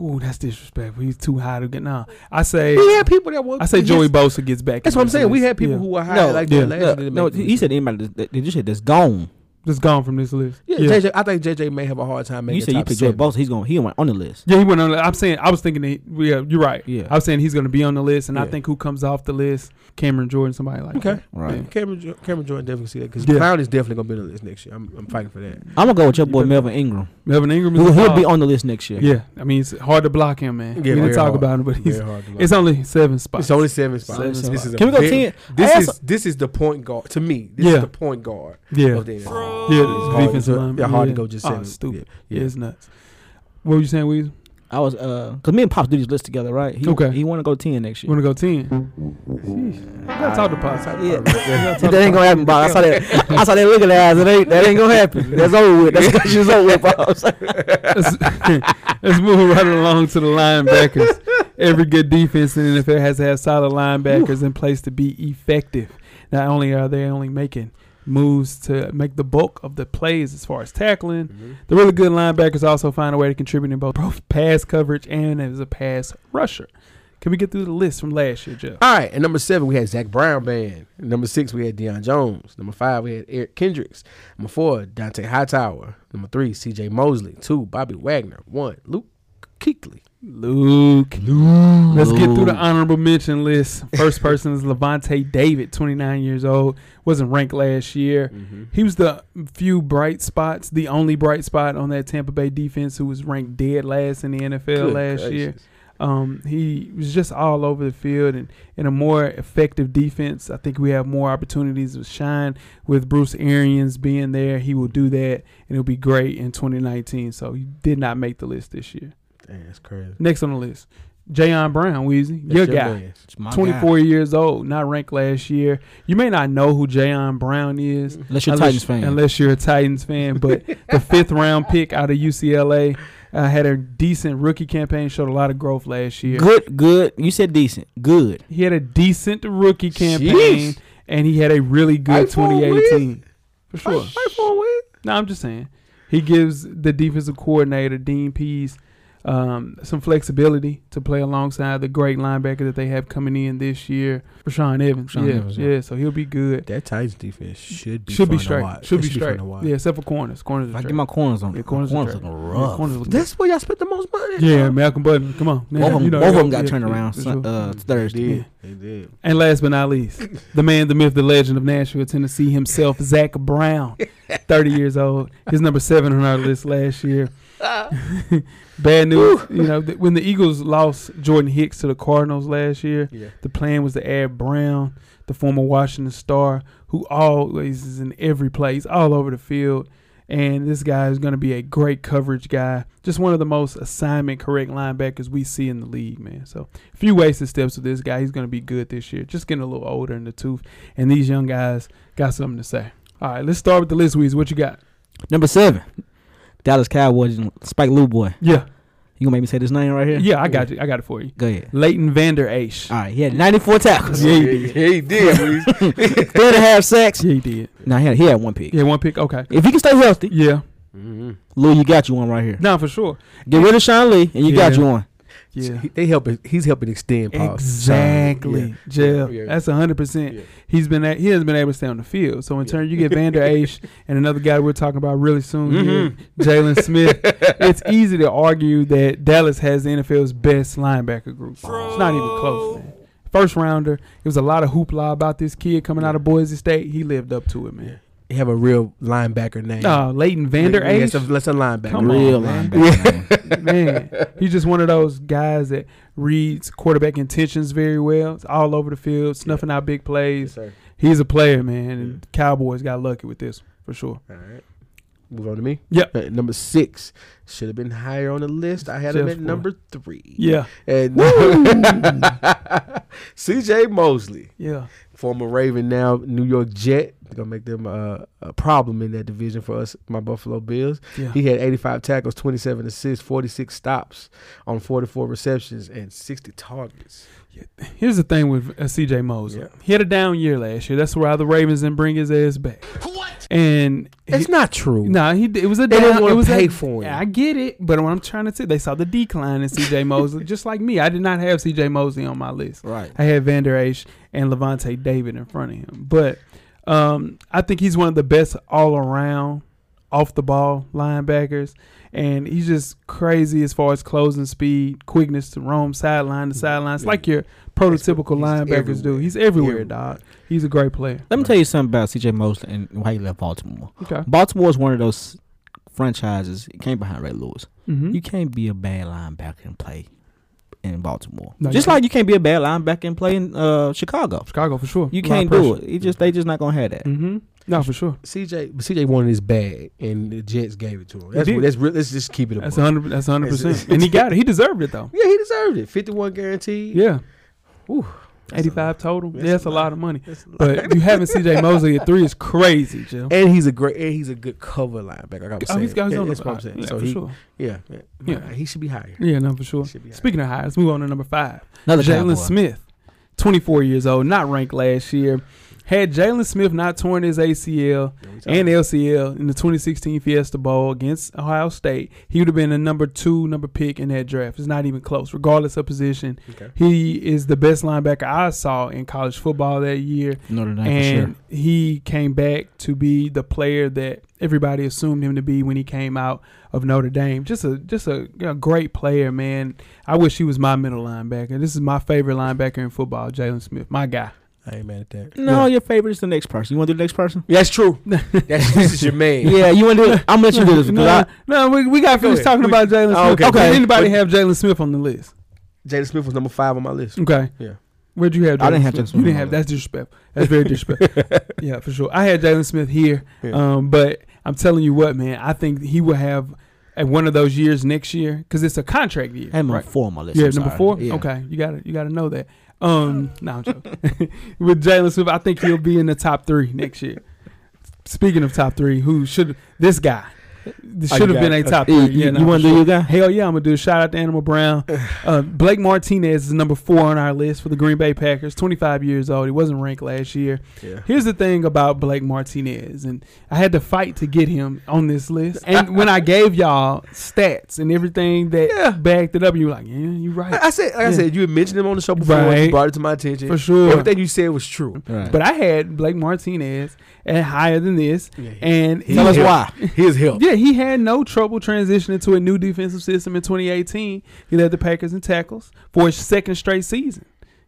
C: Ooh, that's disrespectful. He's too high to get. Nah, I say,
E: We had people that were.
C: I say Joey Bosa gets back.
E: That's
C: in
E: what I'm
C: this
E: saying. We
C: list.
E: had people
C: Yeah.
E: who were high
D: No,
E: like
C: yeah.
E: that last
D: No,
E: year.
D: no, he said anybody. That, that- you said that's gone.
C: Just gone from this list.
E: Yeah,
C: yeah.
E: JJ. I think JJ may have a hard time making.
D: You said you
E: top
D: picked
E: seven.
D: Joey Bosa. He's going. He went on the list.
C: Yeah, he went on. the- I'm saying I was thinking that. Yeah, you're right.
D: Yeah.
C: I was saying he's going to be on the list, and I
E: Yeah.
C: think who comes off the list, Cameron Jordan, somebody like
E: Okay.
C: that.
D: Right.
E: Cameron, Jo- Cameron Jordan definitely see that because
C: Yeah.
E: Clown is definitely gonna be on the list next year. I'm, I'm fighting for that.
D: I'm gonna go with your
C: You
D: boy
C: better-
D: Melvin Ingram.
C: Melvin Ingram. Is
D: Who
C: a
D: he'll
C: dog.
D: be on the list next year.
C: Yeah, I mean it's hard to block him, man. we
E: very
C: didn't talk
E: hard.
C: about him, but he's
E: Very hard to
C: it's
E: block.
C: only seven spots.
E: It's only seven spots.
C: Seven
E: This is a
D: Can we go
E: very-
D: 10?
E: This
D: I
E: is
D: asked-
E: this is the point guard to me. This
C: Yeah.
E: is the point guard
C: yeah,
E: of the NFL.
C: yeah.
E: It's
C: The
E: hard
C: defensive
E: to-
C: line.
E: yeah, hard to go just
C: oh,
E: seven.
C: stupid.
E: Yeah,
C: Yeah.
E: yeah.
C: it's nuts. What were you saying? We
D: I was uh, cause me and Pops do these lists together, right? He,
C: Okay.
D: He want to go ten next year.
C: want to go ten? Sheesh. I gotta talk to Pops.
D: Yeah. that ain't gonna happen, Bob. I saw that. I saw that look in the eyes. That ain't. That ain't gonna happen. That's over with. That's she's over with, Pops.
C: let's, let's move right along to the linebackers. Every good defense in the NFL has to have solid linebackers in place to be effective. Not only are they only making moves to make the bulk of the plays as far as tackling, the really good linebackers also find a way to contribute in both both pass coverage and as a pass rusher. Can we get through the list from last year, Jeff?
E: All right, and number seven we had Zach Brown band. Number six we had Deion Jones. Number five we had Eric Kendricks. Number four Dante Hightower. Number three C.J. Mosley. Two Bobby Wagner. One Luke Kuechly.
C: Luke. Luke. Let's get through the honorable mention list. First person is Levante David, 29 years old. Wasn't ranked last year.
E: Mm-hmm.
C: He was the few bright spots, the only bright spot on that Tampa Bay defense who was ranked dead last in the NFL
E: Good
C: last year.
E: gracious.
C: Um, he was just all over the field and in a more effective defense. I think we have more opportunities to shine with Bruce Arians being there. He will do that and it'll be great in 2019. So he did not make the list this year.
E: Damn, that's crazy.
C: Next on the list, Jayon Brown, Weezy,
E: That's
C: your, guy,
E: man.
D: Twenty
C: 24 years old, not ranked last year. You may not know who Jayon Brown is,
D: Unless you're a
C: unless-
D: Titans fan.
C: Unless you're a Titans fan, but the fifth round pick out of UCLA uh, had a decent rookie campaign, showed a lot of growth last year.
D: Good. Good. You said decent. Good.
C: He had a decent rookie campaign,
E: Jeez.
C: and he had a really good
E: Hey, for real?
C: 2018 for sure.
E: Hey, phone with?
C: No, I'm just saying. He gives the defensive coordinator, Dean Pease, um, some flexibility to play alongside the great linebacker that they have coming in this year, Rashawn Evans.
D: Rashawn
C: yeah,
D: Evans, yeah.
C: yeah. so he'll be good.
E: That Titans defense should be
C: should be
E: fun to
C: straight.
E: watch.
C: Should
E: It
C: be
E: fun
C: straight.
E: to watch.
C: Yeah, except for corners. Corners
D: If
C: are
D: I
C: straight.
D: get my corners on.
C: Yeah,
D: my
C: corners
D: corners,
C: are
D: looking
C: straight. Yeah,
D: rough.
C: corners look
E: That's where y'all spent the most money.
C: yeah, Malcolm Button. Come on.
D: both of them,
C: You know,
D: both of them
C: yeah,
D: got
C: yeah,
D: turned
C: yeah,
D: around
C: for
D: Sun-
C: sure.
D: uh, Thursday.
E: did. They did.
C: And last but not least, the man, the myth, the legend of Nashville, Tennessee himself, Zach Brown, 30 years old. He's number seven on our list last year. Bad news, you know, th- when the Eagles lost Jordan Hicks to the Cardinals last year,
E: Yeah.
C: the plan was to add Brown, the former Washington star, who always is in every place, all over the field. And this guy is going to be a great coverage guy. Just one of the most assignment correct linebackers we see in the league, man. So, few wasted steps with this guy. He's going to be good this year. Just getting a little older in the tooth. And these young guys got something to say. All right, let's start with the list, Weez. What you got?
D: Number seven, Dallas Cowboys. and Spike Lou boy.
C: Yeah.
D: You gonna make me say this name right here?
C: Yeah, I got you. I got it for you.
D: Go ahead.
C: Leighton Vander Aish.
D: All right. He had 94 tackles.
C: Yeah,
D: Yeah.
C: he
E: Yeah, he did. Reese.
D: Three and a half sacks.
C: Yeah, he did.
D: Now he had, he had one pick.
C: Yeah, one pick. Okay.
D: If he can stay healthy,
C: Yeah.
E: Mm-hmm.
D: Lou, you got you one right here.
C: No, for sure.
D: Get rid of Sean Lee, and you got
C: Yeah.
D: you one.
C: Yeah.
E: He- They helping. He's helping extend. Paul's
C: Exactly,
E: time. Oh, Yeah.
C: Jeff.
E: Yeah.
C: That's hundred percent.
E: Yeah.
C: He's been a- he hasn't been able to stay on the field. So in turn, you get Vander Aish and another guy we're talking about really soon,
E: Mm-hmm.
C: here, Jalen Smith. it's easy to argue that Dallas has the NFL's best linebacker group. It's not even close. Man. First rounder. It was a lot of hoopla about this kid coming out of Boise State. He lived up to it, man.
E: They have a real linebacker name.
C: No, Leighton Vander
E: Yeah, it's a-
C: Aish.
E: That's a linebacker.
C: Oh, Come on,
D: Real
C: man.
D: linebacker. man.
C: man, he's just one of those guys that reads quarterback intentions very well. It's all over the field, snuffing out big plays.
E: sir.
C: He's a player, man, and Cowboys got lucky with this for sure.
E: All right. Move on to me.
C: Yep.
E: Uh, number six should have been higher on the list. I had him
C: Just
E: at
C: for-
E: number three.
C: Yeah,
E: And C.J. Mosley,
C: yeah,
E: former Raven, now New York Jet, gonna make them uh, a problem in that division for us, my Buffalo Bills.
C: yeah.
E: He had 85 tackles, 27 assists, 46 stops on 44 receptions, and 60 targets.
C: Here's the thing with uh, C.J. Mosley.
E: Yeah.
C: He had a down year last year. That's why the Ravens didn't bring his ass back. What? And
E: That's
C: he-
E: not true.
C: Nah, he it was a
E: They
C: down.
E: didn't wanna
C: it was a-
E: pay for him.
C: I get it, but what I'm trying to say, they saw the decline in C.J. Mosley, just like me. I did not have C.J. Mosley on my list.
D: right.
C: I had Vander Aish and Levante David in front of him. But Um, I think he's one of the best all around off the ball linebackers, and he's just crazy as far as closing speed, quickness to roam sideline to sideline. It's like your prototypical
E: He's
C: linebackers do.
E: everywhere.
C: He's everywhere,
E: Everywhere.
C: dog. He's a great player.
D: Let me tell you something about CJ Mosley and why he left Baltimore.
C: Okay.
D: Baltimore is one of those franchises. It came behind Ray Lewis.
C: Mm-hmm.
D: You can't be a bad linebacker and play in Baltimore.
C: No, you
D: just
C: can't.
D: like you can't be a bad linebacker and play in uh, Chicago.
C: Chicago for sure.
D: You can't do it. It just they just not gonna have that.
C: Mm-hmm. No, for sure.
E: CJ, but CJ wanted his bag, and the Jets gave it to him. That's
C: did.
E: what, that's real. Let's just keep it. a
C: That's
E: buck.
C: hundred. That's hundred
E: It's-
C: percent. And he got it. He deserved it though.
E: Yeah, he deserved it. Fifty-one guaranteed.
C: Yeah.
E: Ooh,
C: Eighty-five total. Yeah,
E: that's
C: that's
E: a
C: a lot of money.
E: That's a lot.
C: But you having C.J. Mosley at three is crazy, Jill.
E: and he's a great. And he's a good cover linebacker. Like I was
C: Oh, he's
E: saying.
C: got his
E: That-
C: own.
E: That's what I'm saying.
C: Yeah,
E: so
C: for
E: he,
C: sure.
E: yeah, yeah,
C: Yeah.
E: he should be higher.
C: Yeah, no, for sure.
E: Should be high.
C: Speaking of high, let's move on to number five.
D: Another
C: Jalen
D: Cowboy.
C: Smith, 24 years old, not ranked last year. Had Jalen Smith not torn his ACL and LCL in the 2016 Fiesta Bowl against Ohio State, he would have been the number two number pick in that draft. It's not even close, regardless of position.
E: Okay.
C: He is the best linebacker I saw in college football that year
D: Notre Dame for
C: and
D: sure.
C: he came back to be the player that everybody assumed him to be when he came out of Notre Dame. Just a just a, a great player, man. I wish he was my middle linebacker. This is my favorite linebacker in football, Jalen Smith, my guy.
E: I ain't mad at that.
D: No, your favorite is the next person. You want to do the next person?
E: That's true. That's this is your man.
D: yeah, you want to do it. I'm gonna let you do this because
C: No, no, we, we got
E: Go
C: finished
E: ahead.
C: talking
E: We-
C: about Jalen
E: Oh,
C: Smith.
E: okay.
C: Did
E: Okay.
C: anybody
E: But-
C: have Jalen Smith on the list?
E: Jalen Smith was number five on my list.
C: Okay.
E: Yeah.
C: Where'd you have? Jalen
D: I didn't have Jalen
C: You
D: Smith on
C: didn't
D: my
C: have. That's disrespectful. That's very disrespectful. yeah, for sure. I had Jalen Smith here,
E: Yeah.
C: um, but I'm telling you what, man. I think he will have at one of those years next year because it's a contract year.
D: I had number
C: right?
D: four on my list.
C: Yeah,
D: I'm
C: number
D: sorry.
C: four.
D: Yeah.
C: Okay, you got to You got to know that. Um, no, I'm joking. With Jalen Smith, I think he'll be in the top three next year. Speaking of top three, who should this guy? This
E: Oh, you
C: should have
E: got
C: been a
E: it.
C: top
D: Hey,
C: three.
D: you,
C: yeah, no, for
D: want to
C: sure.
D: do your guy?
C: Hell yeah, I'm gonna do a shout out to Animal Brown. Uh, Blake Martinez is number four on our list for the Green Bay Packers. 25 years old. He wasn't ranked last year.
E: Yeah.
C: Here's the thing about Blake Martinez, and I had to fight to get him on this list. And when I gave y'all stats and everything that
E: Yeah.
C: backed it up, you were like, "Yeah, you right."
E: I, I said, like I
C: Yeah.
E: said, you had mentioned him on the show before.
C: Right.
E: You brought it to my attention
C: For sure.
E: Everything you said was true.
D: Right.
C: But I had Blake Martinez at higher than this,
E: Yeah.
C: and
E: He
C: he
D: Tell us
C: had-
D: why.
E: His help.
C: Yeah, he had no trouble transitioning to a new defensive system in 2018. He led the Packers in tackles for his second straight season,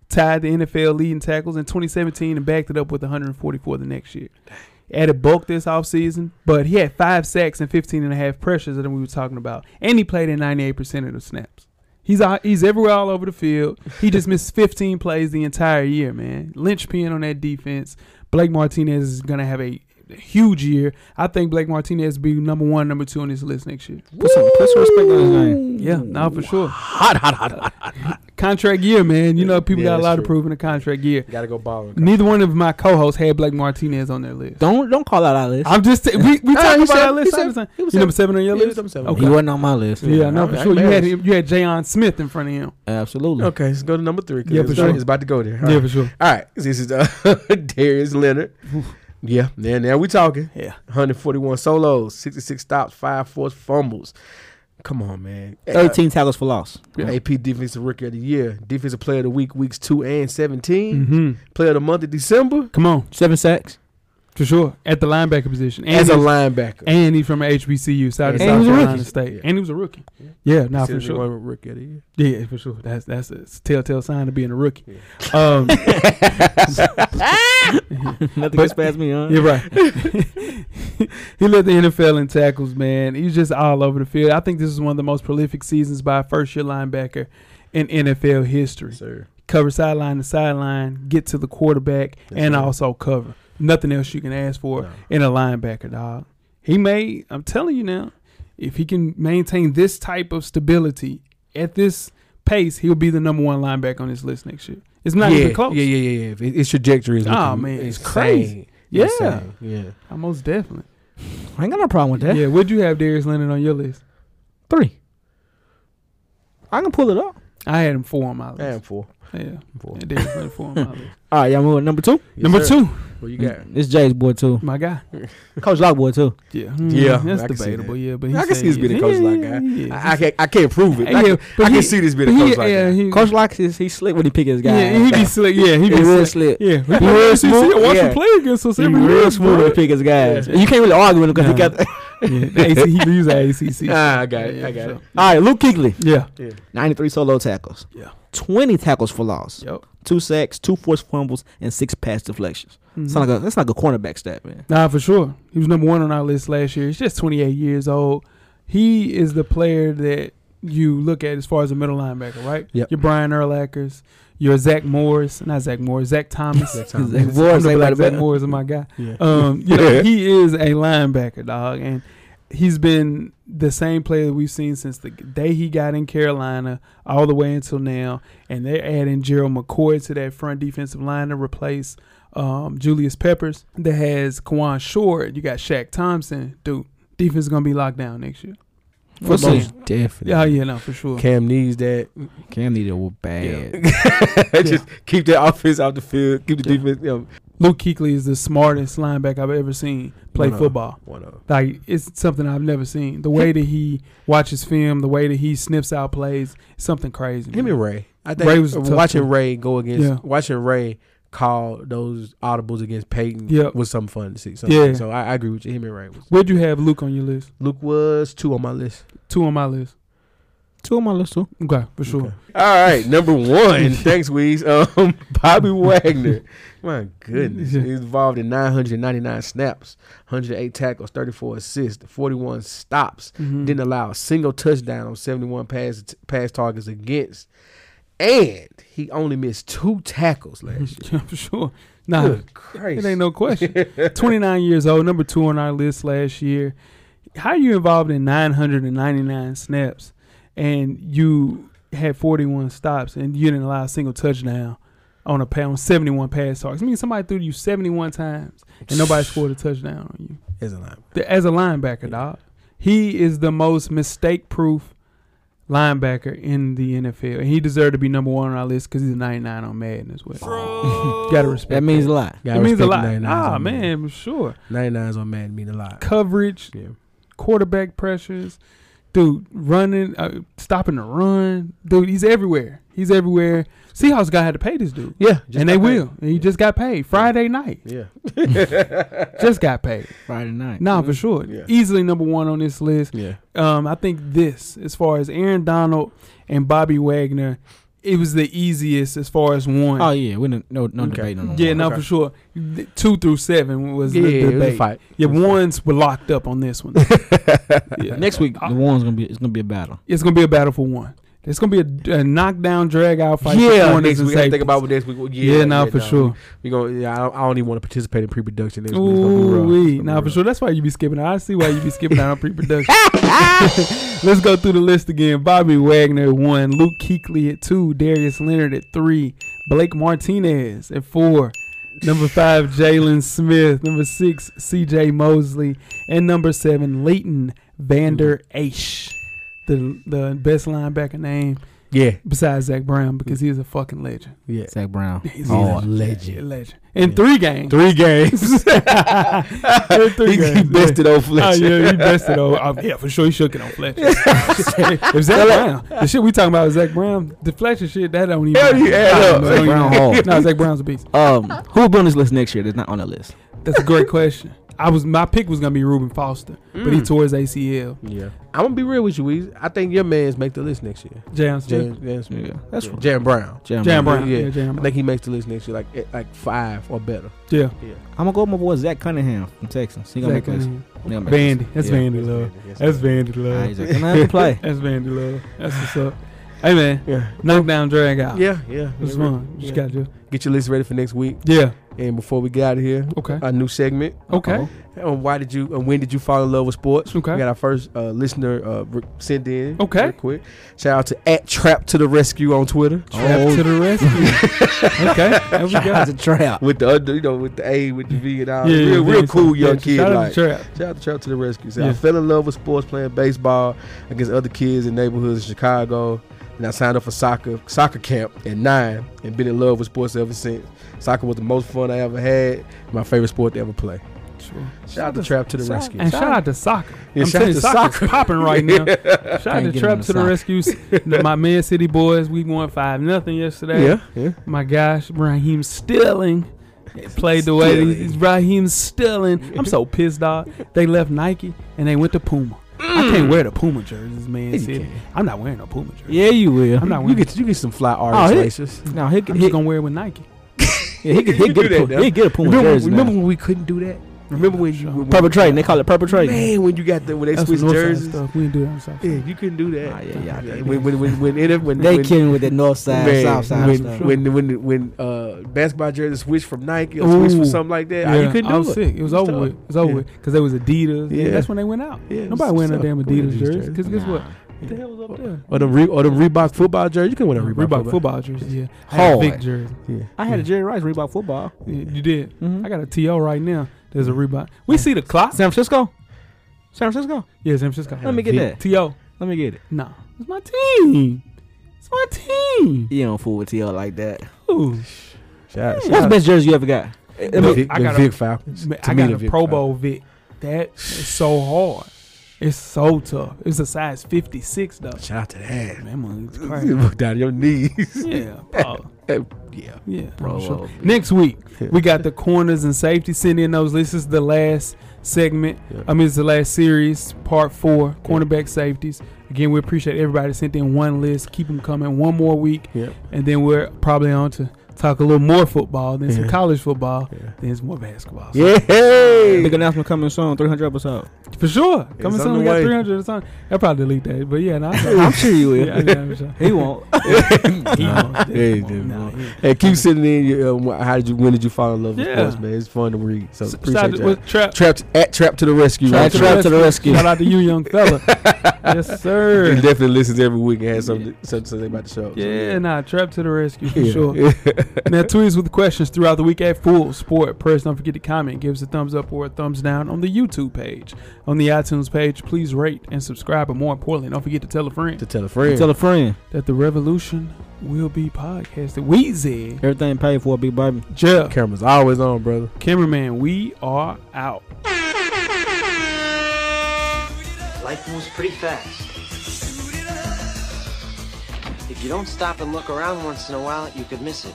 C: tied the NFL lead in tackles in 2017, and backed it up with 144 the next year. Added bulk this offseason, but he had five sacks and 15 and a half pressures that we were talking about, and he played in 98% of the snaps. He's all, he's everywhere all over the field. He just missed 15 plays the entire year, man. Lynchpin on that defense. Blake Martinez is gonna have a huge year. I think Blake Martinez be number one, number two on this list next year.
D: Put some, put some respect on his name.
C: Yeah, no, for sure.
E: Hot, hot, hot, hot. hot.
C: Contract year, man. You know people
E: Yeah,
C: got a
E: that's
C: lot of
E: true.
C: proof in a contract year.
E: Gotta go ball.
C: Neither one of my co-hosts had Blake Martinez on their list.
D: Don't don't call out our list.
C: I'm just we we
E: Ah,
C: talking
E: he
C: about
E: said-
C: our
E: he
C: list. all
E: said-
C: the time.
E: he was
C: You number
E: seven.
C: seven on your
E: He was
C: list.
E: number seven.
C: Okay.
D: He wasn't on my list.
C: Yeah, no, for
E: I'm
C: sure. You had
E: embarrassed.
C: him, you had Jayon Smith in front of him.
D: Absolutely.
E: Okay, let's go to number three. 'cause
C: Yeah,
E: it's,
C: for sure.
E: it's about to go there. All right.
C: Yeah, for sure.
E: All right, this is uh, Darius Leonard. Yeah, now now we talking.
C: Yeah.
E: 141 solos, 66 stops, five forced fumbles. Come on, man.
D: Thirteen tackles for loss.
E: Uh, AP Defensive Rookie of the Year, Defensive Player of the Week, weeks two and 17,
C: hmm
E: Player of the Month of December
C: Come on,
D: Seven sacks.
C: for sure. At the linebacker position, and
E: as a
C: he's-
E: linebacker.
C: and he's from a HBCU, South, of
E: And he
C: South
D: was a rookie.
C: Carolina State,
E: Yeah.
C: and he was a rookie. Yeah, nah, for
E: Considered
C: sure.
E: one Rookie of the Year.
C: Yeah, for sure. That's that's a telltale sign of being a rookie. Um,
D: Nothing
C: But-
D: gets past me, huh?
C: you're right. he led the NFL in tackles, man. He's just all over the field. I think this is one of the most prolific seasons by a first year linebacker in NFL history.
E: Sir.
C: Cover sideline to sideline, get to the quarterback,
E: That's
C: and
E: right.
C: also cover. Nothing else you can ask for
E: No.
C: in a linebacker, dog. He may, I'm telling you now, if he can maintain this type of stability at this pace, he'll be the number one linebacker on this list next year. It's not
E: yeah,
C: even close.
E: Yeah, yeah, yeah, yeah. It- Its trajectory is
C: Aw,
E: looking
C: man, it's
E: insane.
C: crazy. Yeah.
E: Insane, Yeah.
C: Uh, Most definitely.
D: I ain't got no problem with
C: Yeah.
D: that.
C: would you have Darius Leonard on your list?
D: Three. I can pull it up.
C: I had him four on my list.
E: And four.
C: Yeah.
E: Four.
C: yeah Darius Leonard four on my list.
D: All right, y'all moving number two.
E: Yes,
C: Number
E: sir.
C: two,
E: What you got?
D: It's Jay's boy too.
C: My guy.
D: Coach Lock boy too.
C: Yeah. mm,
E: Yeah,
C: That's
E: I can see
C: debatable.
E: that.
C: Yeah, but he
E: I can
C: said
E: see this
C: yes.
E: being a coach
C: Yeah,
E: like
C: yeah,
E: guy.
C: yeah,
E: I, I can't. I can't prove it.
C: Yeah,
E: I can,
C: but
E: I can
C: he-
E: see this
C: but
E: being a
C: he-
E: coach like
C: yeah,
E: guy.
C: he-
D: Coach Lock is he's slick when he pick his guy.
C: Yeah, he be slick. Yeah, he be
D: He real
C: slick.
D: slick.
C: Yeah, we
D: He real
C: watched you
D: smooth.
C: see- watched
D: Yeah.
C: him play against us
D: He
C: every
D: real
C: real
D: smooth when he pick his guys. You can't really argue with him because he
C: Nah.
D: got.
C: Yeah, the AC, he leaves the ACC.
E: Ah, I got it. I got it.
D: All right, Luke Kuechly,
C: Yeah.
D: ninety-three solo tackles.
C: Yeah.
D: twenty tackles for loss.
C: Yep.
D: Two sacks, two forced fumbles, and six pass deflections. Sound like a, that's like a cornerback stat, man.
C: Nah, for sure. He was number one on our list last year. He's just 28 years old. He is the player that you look at as far as a middle linebacker, right?
E: Yep.
C: Your Brian Erlacher's, your Zach Morris, not Zach Morris, Zach Thomas.
E: Zach Thomas.
D: Zach
C: I'm
D: Morris ain't
C: gonna be like,
D: nobody
C: Zach
D: better."
C: Morris is my guy.
E: Yeah.
C: Um, you know, he is a linebacker, dog, and he's been the same player that we've seen since the day he got in Carolina all the way until now. And they're adding Gerald McCoy to that front defensive line to replace um, Julius Peppers. That has Quan Short. You got Shaq Thompson, dude. Defense is gonna be locked down next year.
D: We'll
C: Most
D: see.
E: definitely.
C: Yeah, yeah, no, for sure.
E: Cam needs that.
D: Cam needed a bad.
E: Just keep that offense off the field. Keep the
C: Yeah.
E: defense. You know,
C: Luke Kuechly is the smartest linebacker I've ever seen play
E: Wow.
C: football.
E: one of
C: Like it's something I've never seen. The way that he watches film, the way that he sniffs out plays, something crazy.
E: him
C: man.
E: and Ray. I think
C: Ray was a tough
E: watching
C: one.
E: Ray go against
C: Yeah.
E: watching Ray call those audibles against Peyton
C: Yep.
E: was something fun to see. So,
C: Yeah.
E: so I, I agree with you. Him and Ray was.
C: Where'd you have Luke on your list?
E: Luke was two on my list.
C: Two on my list.
D: Two on my list too.
C: Okay, for sure.
E: Okay. All right, number one. thanks, Weez. Um, Bobby Wagner. My goodness, he's involved in 999 snaps, 108 tackles, 34 assists, 41 stops.
C: Mm-hmm. Mm.
E: Didn't allow a single touchdown on 71 pass pass targets against, and he only missed two tackles last year.
C: Yeah, for sure. Nah,
E: Good Christ.
C: it ain't no question. 29 years old, number two on our list last year. How you involved in 999 snaps and you had 41 stops and you didn't allow a single touchdown on a pa- on 71 pass targets? I mean, somebody threw you 71 times and nobody scored a touchdown on you.
E: It's a lot.
C: The- As a linebacker, dog, he is the most mistake-proof linebacker in the NFL, and he deserved to be number one on our list because he's a 99 on Madden as well. Gotta respect.
D: That means a lot.
C: It means a lot. Ah, man, sure.
E: 99s on Madden mean a lot.
C: Coverage,
E: Yeah.
C: quarterback pressures, dude, running, uh, stopping the run, dude. He's everywhere. He's everywhere. Seahawks guy had to pay this dude,
E: Yeah,
C: and they will. And he just got paid Friday night.
E: Yeah,
C: Just got paid.
D: Friday night.
C: Nah, for sure.
E: Mm-hmm. Yeah.
C: Easily number one on this list.
E: yeah.
C: um, I think this, as far as Aaron Donald and Bobby Wagner, it was the easiest as far as one.
D: Oh yeah, we no no, no debate on
C: yeah,
D: that.
C: no,
E: okay.
C: for sure. Th- Two through seven was
E: Yeah,
C: the
E: it was a
C: debate.
E: fight.
C: Yeah,
E: It was a fight.
C: ones were locked up on this one. yeah.
D: Next week the one's gonna be it's gonna be a battle.
C: it's gonna be a battle for one. It's gonna be a, a knockdown, drag out fight. for
E: yeah,
C: corners
E: next
C: and
E: week. I think
C: safeties.
E: about what next week. well,
C: Yeah,
E: Yeah,
C: nah,
E: yeah,
C: for sure.
E: We gonna. Yeah, I don't, I don't even want to participate in pre-production. Next week. It's gonna be rough.
C: Ooh,
E: It's
C: wee.
E: gonna be
C: Now, for
E: rough.
C: sure, that's why you be skipping out. I see why you be skipping out on pre production. Let's go through the list again. Bobby Wagner at one, Luke Keekley at two, Darius Leonard at three, Blake Martinez at four, number five, Jalen Smith, number six, CJ Mosley, and number seven, Leighton Vander
E: Mm-hmm.
C: Aish. The, the best linebacker name
E: Yeah,
C: besides Zach Brown because he is a fucking legend.
E: yeah.
D: Zach Brown.
C: He's
D: Oh,
C: a
E: legend.
C: legend. In three games.
E: Three games.
C: In three
E: he, he
C: games.
E: bested old
C: Oh
E: Fletcher.
C: yeah, he bested on. Uh, yeah, for sure, he shook it on Fletcher. if Zach Brown, the shit we talking about is Zach Brown, the Fletcher shit that don't even.
E: Hell yeah, hell
C: Nah,
E: yeah.
C: it don't even-
D: Zach Brown Hall.
C: No, Zach Brown's a beast.
D: Um, who will be on this list next year? That's not on the list.
C: That's a great question. I was my pick was gonna be Ruben Foster, but
E: Mm.
C: he tore his ACL.
E: Yeah. Mm. I'm gonna be real with you, Weez. I think your man's make the list next year.
C: Jam Smith.
E: Jan, Jan Smith.
D: Yeah, that's
E: Yeah. Jan Brown.
D: Jam,
C: Jam
D: Brown.
C: Brown.
E: Yeah.
C: Yeah, Jam
E: I
C: Brown.
E: think he makes the list next year, like at, like five or better.
C: Yeah,
D: I'm gonna go with my boy Zach Cunningham from Texas. He gonna
C: Zach
D: make this.
C: Cunningham.
D: He gonna make this.
C: Vandy. That's
D: Yeah.
C: Vandy love. That's Vandy
D: All
C: love.
D: right, Zach Cunningham can play.
C: That's Vandy love. That's what's up. Hey man,
E: Yeah.
C: knockdown drag out.
E: Yeah, yeah.
C: what's wrong? You Ah. just gotta do.
E: Get your list ready for next week.
C: Yeah.
E: And before we get out of here,
C: Okay.
E: our new segment.
C: Okay.
E: Um, why did you and when did you fall in love with sports?
C: Okay.
E: We got our first uh, listener uh, re- sent in.
C: Okay.
E: Real quick. Shout out to at Trap to the Rescue on Twitter.
D: Oh,
C: Trap to the rescue. okay. There we go.
D: That's a tryout.
E: With the other, you know, with the A, with the V and all,
C: Yeah,
E: real,
C: yeah,
E: real
C: yeah,
E: cool
C: yeah,
E: young
C: shout
E: kid.
C: out to
E: like.
C: Trap.
E: Shout out to Trap to the Rescue. Said, I
C: Yeah.
E: fell in love with sports playing baseball against other kids in neighborhoods in Chicago. And I signed up for soccer soccer camp at nine and been in love with sports ever since. Soccer was the most fun I ever had. My favorite sport to ever play.
C: Sure.
E: Shout out to Trap to the
C: Shout-
E: rescue.
C: And shout, out to soccer.
E: Yeah,
C: I'm
E: shout out
C: telling you,
E: to
C: soccer's
E: soccer.
C: popping right now. Shout out
D: Can't
C: to
D: get
C: Trap
D: enough
C: to the
D: soccer.
C: rescue. my Man City boys, we won five nothing yesterday.
E: Yeah, yeah.
C: My gosh, Raheem Sterling played the way
E: Sterling.
C: these- Raheem Sterling. I'm so pissed off. They left Nike and they went to Puma. I can't wear the Puma jerseys, man.
E: Mm. Yeah, you
C: City.
E: can.
C: I'm not wearing no Puma jersey.
D: Yeah, you will.
C: I'm not
E: You
C: wearing.
E: get you get some fly artist
D: Oh, he-
E: laces.
D: No, he
C: I'm
D: could.
C: just
D: He,
C: gonna wear it with Nike.
D: yeah, he could. He
E: You
D: get
E: do
D: a
E: that now.
D: Puma. He get a Puma
E: Remember,
D: jersey.
E: remember
D: Remember
E: when we couldn't do that? Remember when you when,
D: perpetrating? They call it perpetrating.
E: man when you got the when they
C: That's
E: switched
C: some Northside
E: jerseys.
C: stuff. We didn't do that. on Southside.
E: Yeah, you couldn't do that.
D: Ah, yeah, yeah, yeah.
E: When when when when it, when,
D: They
E: when,
D: killing with that north side,
E: man,
D: south side
E: when,
D: stuff.
E: when when when uh, basketball jerseys switched from Nike or switched
C: Ooh.
E: from something like that, ah, you couldn't
C: I
E: do
C: was
E: it.
C: sick. It was over
E: tough.
C: with. It was over
E: Yeah.
C: with because they was Adidas. Yeah,
E: Yeah.
C: that's when they went out.
E: Yeah, it
C: Nobody
E: was
C: wearing a
E: tough.
C: damn
E: Nobody
C: Adidas
E: used
C: jersey. Because guess what?
D: Nah.
C: What the hell was up there?
E: Or them, Re- or them Reebok football jerseys. You couldn't wear them
C: Reebok,
E: Reebok,
C: football, jersey. Yeah, I had a
D: Hard.
C: big jersey.
E: Yeah.
D: I had a Jerry Rice Reebok football.
C: Yeah, you did.
D: Mhm.
C: I got a TO right now. There's a Reebok. We see the clock.
D: San Francisco. San Francisco.
C: Yeah, San Francisco.
D: Let me get
E: Yeah.
D: that.
C: TO.
D: Let me get it.
C: No, it's my team. It's my team.
D: You don't fool with TL like that.
C: Ooh.
E: Shout,
D: What's the
E: shout,
D: best jersey you ever got? I
E: the
D: mean,
E: Vic,
C: I
E: the
C: got a-
E: Vic Falcons.
C: Man,
E: To
C: I
E: me,
C: got
E: the
C: a
E: Vic
C: Pro
E: Falcons.
C: Bowl Vic. That is so hard. It's so tough. It's a size 56 though.
E: Shout out to that.
C: Man, man, it's
E: You
C: crazy.
E: look down your knees.
C: yeah, Paul.
E: yeah.
C: Yeah,
D: Bro,
C: I'm sure.
D: well,
C: Next week
E: yeah.
C: we got the corners and safety. Send in those. This is the last segment.
E: Yeah.
C: I mean, it's the last series, part four, cornerback safeties. Again, we appreciate everybody that sent in one list. Keep them coming. One more week,
E: Yeah.
C: and then we're probably on to talk a little more football, then some
E: Yeah.
C: college football,
E: Yeah.
C: then some more basketball. So,
E: Yeah.
D: Big announcement coming soon. 300 episode.
C: for sure. Coming
E: on
C: soon.
E: the
C: We got
E: way.
C: three hundred or something. I'll probably delete that, but yeah, no, I-
D: I'm sure you will.
C: yeah, yeah, I'm sure.
D: He won't.
C: He wants that.
E: Hey,
C: Come on.
E: dude,
C: Nah,
E: bro.
C: yeah.
E: Hey, keep sending in. Your, um, how did you? When did you fall in love with
C: Yeah.
E: sports, man? It's fun to read. So
C: So, shout
E: appreciate
C: out to-
E: you.
C: what, Trap-
E: Trapped at Trap to the rescue.
D: Trap
E: right?
D: to the Trap to the rescue.
C: Shout out to you, young fella. yes,
E: He
C: sir.
E: definitely listens every week and has something, something to say about the show.
C: Yeah, nah, trap to the rescue for
E: so, yeah.
C: sure.
E: Yeah.
C: now, tweet us with questions throughout the week at Full Sport Press. Don't forget to comment, give us a thumbs up or a thumbs down on the YouTube page. On the iTunes page, please rate and subscribe. But more importantly, don't forget to tell a friend
E: to tell a friend.
D: Tell a friend.
C: that the revolution will be podcasted. Weezy,
D: Everything paid for, Big Baby.
C: Jeff,
E: Camera's always on, brother.
C: cameraman, we are out.
G: Life moves pretty fast. If you don't stop and look around once in a while, you could miss it.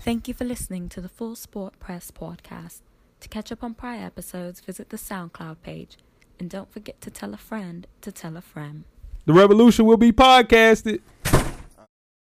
B: Thank you for listening to the Full Sport Press podcast. To catch up on prior episodes, visit the SoundCloud page. And don't forget to tell a friend to tell a friend.
C: The revolution will be podcasted.